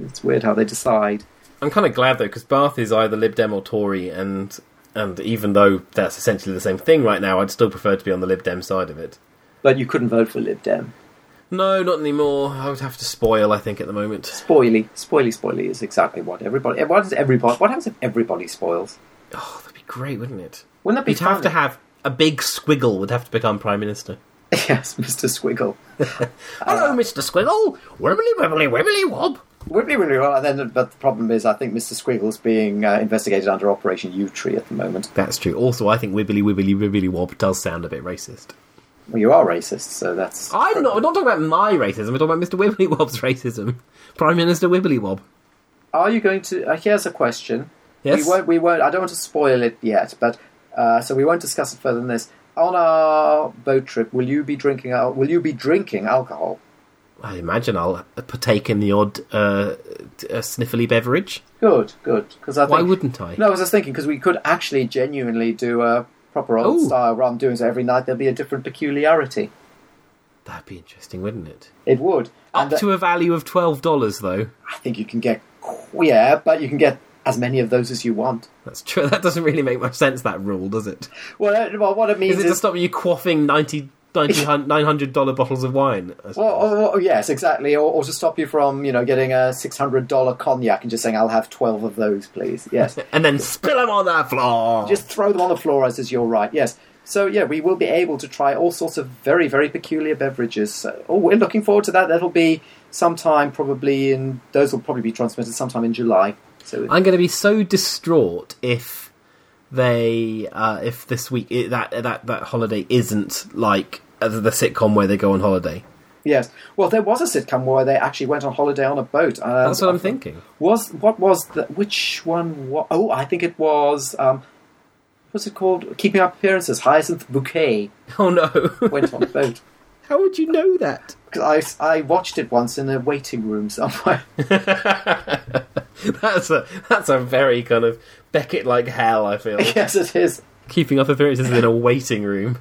Speaker 2: It's weird how they decide.
Speaker 1: I'm kind of glad though, because Bath is either Lib Dem or Tory, and and even though that's essentially the same thing right now, I'd still prefer to be on the Lib Dem side of it.
Speaker 2: But you couldn't vote for Lib Dem.
Speaker 1: No, not anymore. I would have to spoil. I think at the moment.
Speaker 2: Spoily, spoily, spoily is exactly what everybody. eh, What does everybody? What happens if everybody spoils?
Speaker 1: Oh, that'd be great, wouldn't it?
Speaker 2: Wouldn't that be
Speaker 1: You'd have
Speaker 2: funny?
Speaker 1: to have a big squiggle. Would have to become prime minister.
Speaker 2: yes, Mr. Squiggle.
Speaker 1: Hello, Mr. Squiggle. Wibbly wibbly wibbly wob.
Speaker 2: Wibbly wibbly. Well, then, but the problem is, I think Mr. Squiggle's being uh, investigated under Operation U Tree at the moment.
Speaker 1: That's true. Also, I think wibbly wibbly wibbly wob does sound a bit racist.
Speaker 2: Well, you are racist, so that's.
Speaker 1: I'm not. We're not talking about my racism. We're talking about Mr. Wibbly Wob's racism. Prime Minister Wibbly Wob.
Speaker 2: Are you going to? Uh, here's a question.
Speaker 1: Yes.
Speaker 2: We won't. We won't. I don't want to spoil it yet, but uh, so we won't discuss it further than this. On our boat trip, will you be drinking? Al- will you be drinking alcohol?
Speaker 1: I imagine I'll partake in the odd uh, t- uh, sniffly beverage.
Speaker 2: Good, good. Because I think,
Speaker 1: Why wouldn't I?
Speaker 2: No, I was just thinking because we could actually genuinely do a proper old
Speaker 1: Ooh.
Speaker 2: style rather than doing so every night. There'd be a different peculiarity.
Speaker 1: That'd be interesting, wouldn't it?
Speaker 2: It would.
Speaker 1: Up
Speaker 2: And, uh,
Speaker 1: to a value of twelve dollars, though.
Speaker 2: I think you can get yeah, but you can get as many of those as you want.
Speaker 1: That's true. That doesn't really make much sense. That rule, does it?
Speaker 2: Well, uh, well what it means
Speaker 1: Is
Speaker 2: is,
Speaker 1: it to stop you quaffing 90, 90 $900 dollar bottles of wine? I
Speaker 2: Well,
Speaker 1: suppose?
Speaker 2: or, or- yes, exactly. Or, or to stop you from, you know, getting a six hundred dollar cognac and just saying, "I'll have twelve of those, please." Yes,
Speaker 1: and then spill them on the floor.
Speaker 2: just throw them on the floor as is your right. Yes, So yeah, we will be able to try all sorts of very very peculiar beverages. So, oh, we're looking forward to that. That'll be sometime probably in those will probably be transmitted sometime in July. So
Speaker 1: I'm going to be so distraught if they uh, if this week i that that that holiday isn't like uh, the sitcom where they go on holiday.
Speaker 2: yes, well there was a sitcom where they actually went on holiday on a boat. Uh,
Speaker 1: That's what I'm thinking.
Speaker 2: Was what was the which one? Wa- oh, I think it was. Um, what's it called? Keeping Up Appearances. Hyacinth Bouquet
Speaker 1: Oh no!
Speaker 2: went on a boat.
Speaker 1: How would you know that?
Speaker 2: 'Cause I, I watched it once in a waiting room somewhere.
Speaker 1: That's a that's a very kind of Beckett like hell. I feel
Speaker 2: yes, it is.
Speaker 1: keeping up appearances in a waiting room.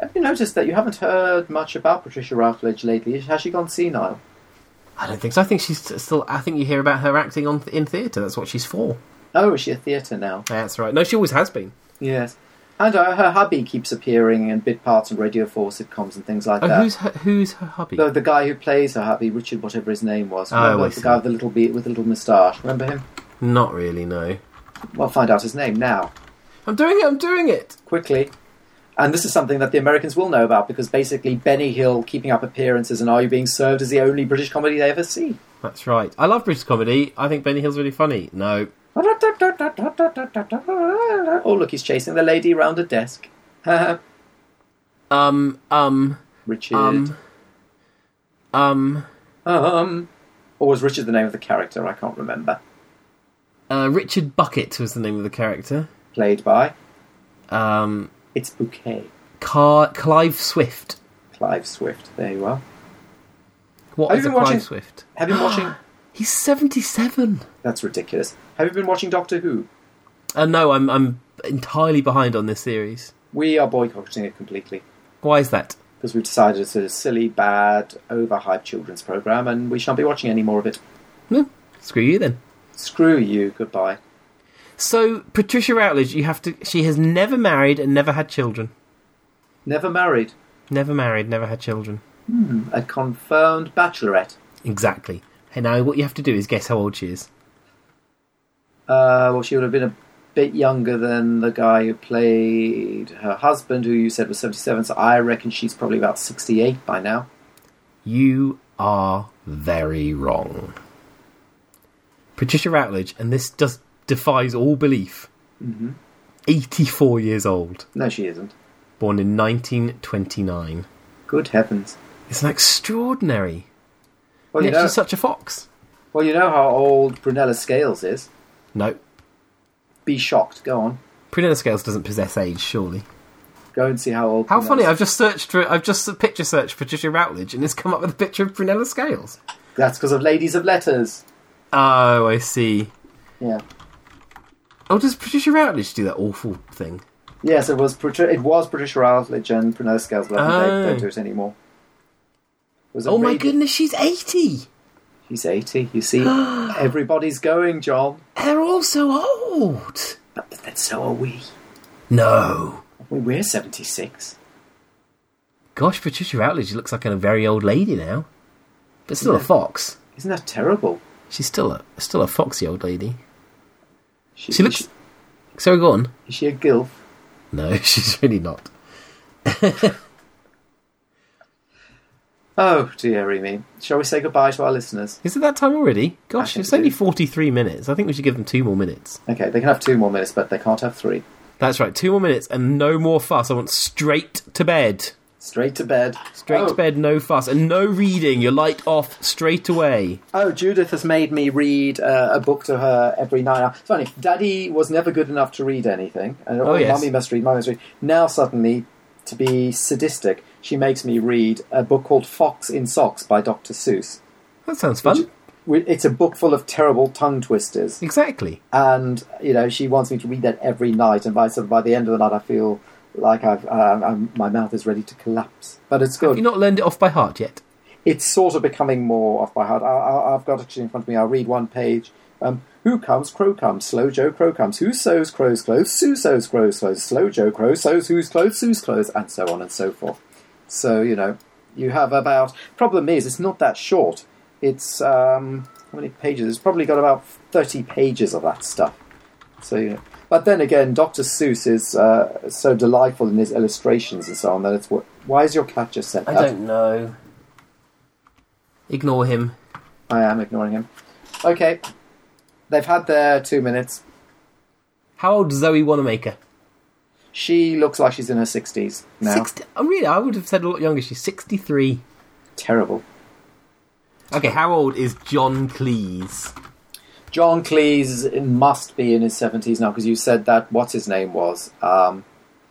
Speaker 2: Have you noticed that you haven't heard much about Patricia Routledge lately? Has she gone senile?
Speaker 1: I don't think so. I think she's still. I think you hear about her acting on in theatre. That's what she's for.
Speaker 2: Oh, is she at theatre now?
Speaker 1: That's right. No, she always has been.
Speaker 2: Yes. And uh, her hubby keeps appearing in bit parts on Radio 4 sitcoms and things like
Speaker 1: Oh,
Speaker 2: that.
Speaker 1: who's her, who's her hubby?
Speaker 2: the, the guy who plays her hubby, Richard, whatever his name was.
Speaker 1: Oh, I
Speaker 2: Remember the
Speaker 1: see.
Speaker 2: guy with the little be- with the little moustache. Remember him?
Speaker 1: Not really. No.
Speaker 2: Well, find out his name now.
Speaker 1: I'm doing it. I'm doing it.
Speaker 2: quickly. And this is something that the Americans will know about because basically Benny Hill keeping up appearances and Are You Being Served is the only British comedy they ever see.
Speaker 1: That's right. I love British comedy. I think Benny Hill's really funny. No.
Speaker 2: Oh, look, he's chasing the lady round a desk.
Speaker 1: Um. Um.
Speaker 2: Richard. Um,
Speaker 1: Um. Um.
Speaker 2: Um. Or was Richard the name of the character? I can't remember.
Speaker 1: Uh, Richard Bucket was the name of the character.
Speaker 2: Played by.
Speaker 1: Um.
Speaker 2: It's Bouquet.
Speaker 1: Car- Clive Swift.
Speaker 2: Clive Swift. There you are.
Speaker 1: What
Speaker 2: Have
Speaker 1: is
Speaker 2: you
Speaker 1: a
Speaker 2: been
Speaker 1: Clive
Speaker 2: watching-
Speaker 1: Swift?
Speaker 2: Have you been watching.
Speaker 1: He's seventy-seven.
Speaker 2: That's ridiculous. Have you been watching Doctor Who?
Speaker 1: Uh, no, I'm I'm entirely behind on this series.
Speaker 2: We are boycotting it completely.
Speaker 1: Why is that?
Speaker 2: because we've decided it's a silly, bad, overhyped children's program, and we shan't be watching any more of it.
Speaker 1: No, screw you then.
Speaker 2: Screw you, goodbye.
Speaker 1: So Patricia Routledge, you have to. She has never married and never had children.
Speaker 2: Never married,
Speaker 1: Never married, never had children.
Speaker 2: a confirmed bachelorette.
Speaker 1: Exactly. And now what you have to do is guess how old she is.
Speaker 2: Uh, well, she would have been a bit younger than the guy who played her husband, who you said was 77, so I reckon she's probably about 68 by now.
Speaker 1: You are very wrong. Patricia Routledge, and this just defies all belief. Mm-hmm. Eighty-four years old,
Speaker 2: No, she isn't.
Speaker 1: born in 1929.
Speaker 2: Good heavens.
Speaker 1: It's an extraordinary.
Speaker 2: Well, you,
Speaker 1: Yeah,
Speaker 2: know,
Speaker 1: she's such a fox.
Speaker 2: well, you know how old Brunella Scales is.
Speaker 1: No,
Speaker 2: Be shocked. Go on.
Speaker 1: Prunella Scales doesn't possess age, surely.
Speaker 2: Go and see how old.
Speaker 1: How funny!
Speaker 2: Prunella-
Speaker 1: I've just searched for, I've just picture searched Patricia Routledge, and it's come up with a picture of Prunella Scales.
Speaker 2: That's because of Ladies of Letters.
Speaker 1: Oh, I see.
Speaker 2: Yeah.
Speaker 1: Oh, does Patricia Routledge do that awful thing?
Speaker 2: Yes, it was Patri- it was Patricia Routledge and Prunella Scales. but I think They don't do it anymore. It was a
Speaker 1: Oh my
Speaker 2: radio-
Speaker 1: goodness, she's eighty.
Speaker 2: He's eighty. You see, everybody's going, John.
Speaker 1: They're all so old.
Speaker 2: But, but then so are we.
Speaker 1: No,
Speaker 2: we we're seventy-six.
Speaker 1: gosh, Patricia Routledge looks like a very old lady now, but still a fox.
Speaker 2: Isn't that terrible?
Speaker 1: She's still a still a foxy old lady. She
Speaker 2: is
Speaker 1: looks. Sorry, go on.
Speaker 2: Is she a gilf?
Speaker 1: No, she's really not.
Speaker 2: Oh dearie me! Shall we say goodbye to our listeners?
Speaker 1: Is it that time already? Gosh,
Speaker 2: think
Speaker 1: it's
Speaker 2: it
Speaker 1: only
Speaker 2: is.
Speaker 1: 43 minutes. I think we should give them two more minutes.
Speaker 2: Okay, they can have two more minutes, but they can't have three.
Speaker 1: That's right, two more minutes and no more fuss. I want straight to bed.
Speaker 2: Straight to bed.
Speaker 1: Straight
Speaker 2: Oh,
Speaker 1: to bed, no fuss, and no reading. Your light off straight away.
Speaker 2: Oh, Judith has made me read uh, a book to her every night. Now, It's funny, Daddy was never good enough to read anything. And, oh,
Speaker 1: yes.
Speaker 2: Mummy must read, Mummy must read. Now, suddenly, to be sadistic, she makes me read a book called Fox in Socks by Dr. Seuss.
Speaker 1: That sounds fun.
Speaker 2: We- It's a book full of terrible tongue twisters.
Speaker 1: Exactly.
Speaker 2: And, you know, she wants me to read that every night. And by, so by the end of the night, I feel like I've, uh, I'm, my mouth is ready to collapse. But it's good
Speaker 1: Have you not learned it off by heart yet?
Speaker 2: it's sort of becoming more off by heart. I, I, I've got actually in front of me. I'll read one page. Um, who comes? Crow comes. Slow Joe Crow comes. Who sews Crow's clothes? Sue sews Crow's clothes. Slow Joe Crow sews whose clothes? Sue's clothes, and so on and so forth. So you know, you have about. Problem is, it's not that short. It's um, how many pages? It's probably got about thirty pages of that stuff. So you know, But then again, Dr. Seuss is uh, so delightful in his illustrations and so on that it's what. Why is your cat just said
Speaker 1: I
Speaker 2: that?
Speaker 1: don't know. Uh, Ignore him.
Speaker 2: I am ignoring him. Okay, they've had their two minutes.
Speaker 1: How old is Zoe Wanamaker?
Speaker 2: She looks like she's in her sixties now.
Speaker 1: 60, oh, really? I would have said a lot younger. She's 63.
Speaker 2: Terrible.
Speaker 1: Okay, how old is John Cleese?
Speaker 2: John Cleese must be in his seventies now because you said that what his name was. Um,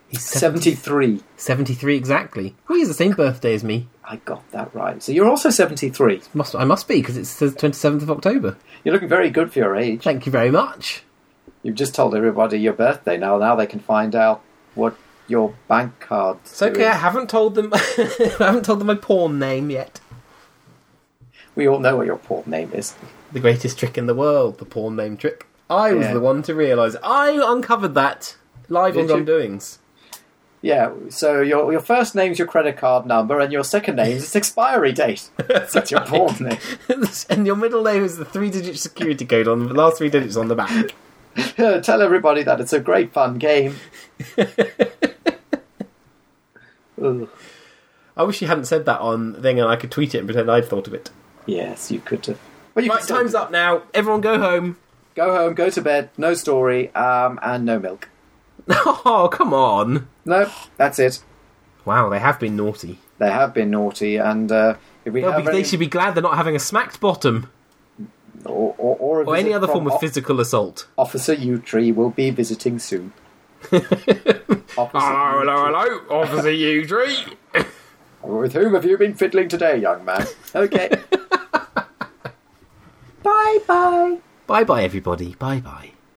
Speaker 1: He's 70,
Speaker 2: seventy-three.
Speaker 1: 73 exactly. Well, he's the same birthday as me.
Speaker 2: I got that right. So you're also seventy-three.
Speaker 1: Must I must be because it says 27th of October.
Speaker 2: You're looking very good for your age.
Speaker 1: Thank you very much.
Speaker 2: You've just told everybody your birthday now. Now they can find out what your bank card.
Speaker 5: It's okay. I haven't told them. I haven't told them my porn name yet.
Speaker 2: We all know what your porn name is.
Speaker 5: The greatest trick in the world, the porn name trick. I was
Speaker 2: Yeah.
Speaker 5: the one to realise. I uncovered that live on
Speaker 2: Did you?
Speaker 5: Wrongdoings.
Speaker 2: Yeah. So your your first name's your credit card number, and your second name's its expiry date. That's your porn name.
Speaker 5: and your middle name is the three-digit security code on the last three digits on the back.
Speaker 2: Tell everybody that it's a great fun game. Ugh.
Speaker 5: I wish you hadn't said that on thing, and I could tweet it and pretend I'd thought of it.
Speaker 2: Yes, you could have. Well, you
Speaker 5: Right,
Speaker 2: could still-
Speaker 5: time's up now. Everyone, go home.
Speaker 2: Go home, go to bed. No story, um, and no milk.
Speaker 5: Oh, come on.
Speaker 2: No, that's it.
Speaker 5: Wow, they have been naughty.
Speaker 2: They have been naughty, and uh, if we
Speaker 5: They'll be-
Speaker 2: have
Speaker 5: they
Speaker 2: any-
Speaker 5: should be glad they're not having a smacked bottom
Speaker 2: or, or, or, a
Speaker 5: or any
Speaker 2: visit
Speaker 5: other
Speaker 2: from
Speaker 5: form of
Speaker 2: Op-
Speaker 5: physical assault.
Speaker 2: Officer Utree will be visiting soon. Officer Utree.
Speaker 5: Oh, hello, Officer Udry.
Speaker 2: With whom have you been fiddling today, young man? Okay. bye bye.
Speaker 1: Bye bye, everybody. Bye bye.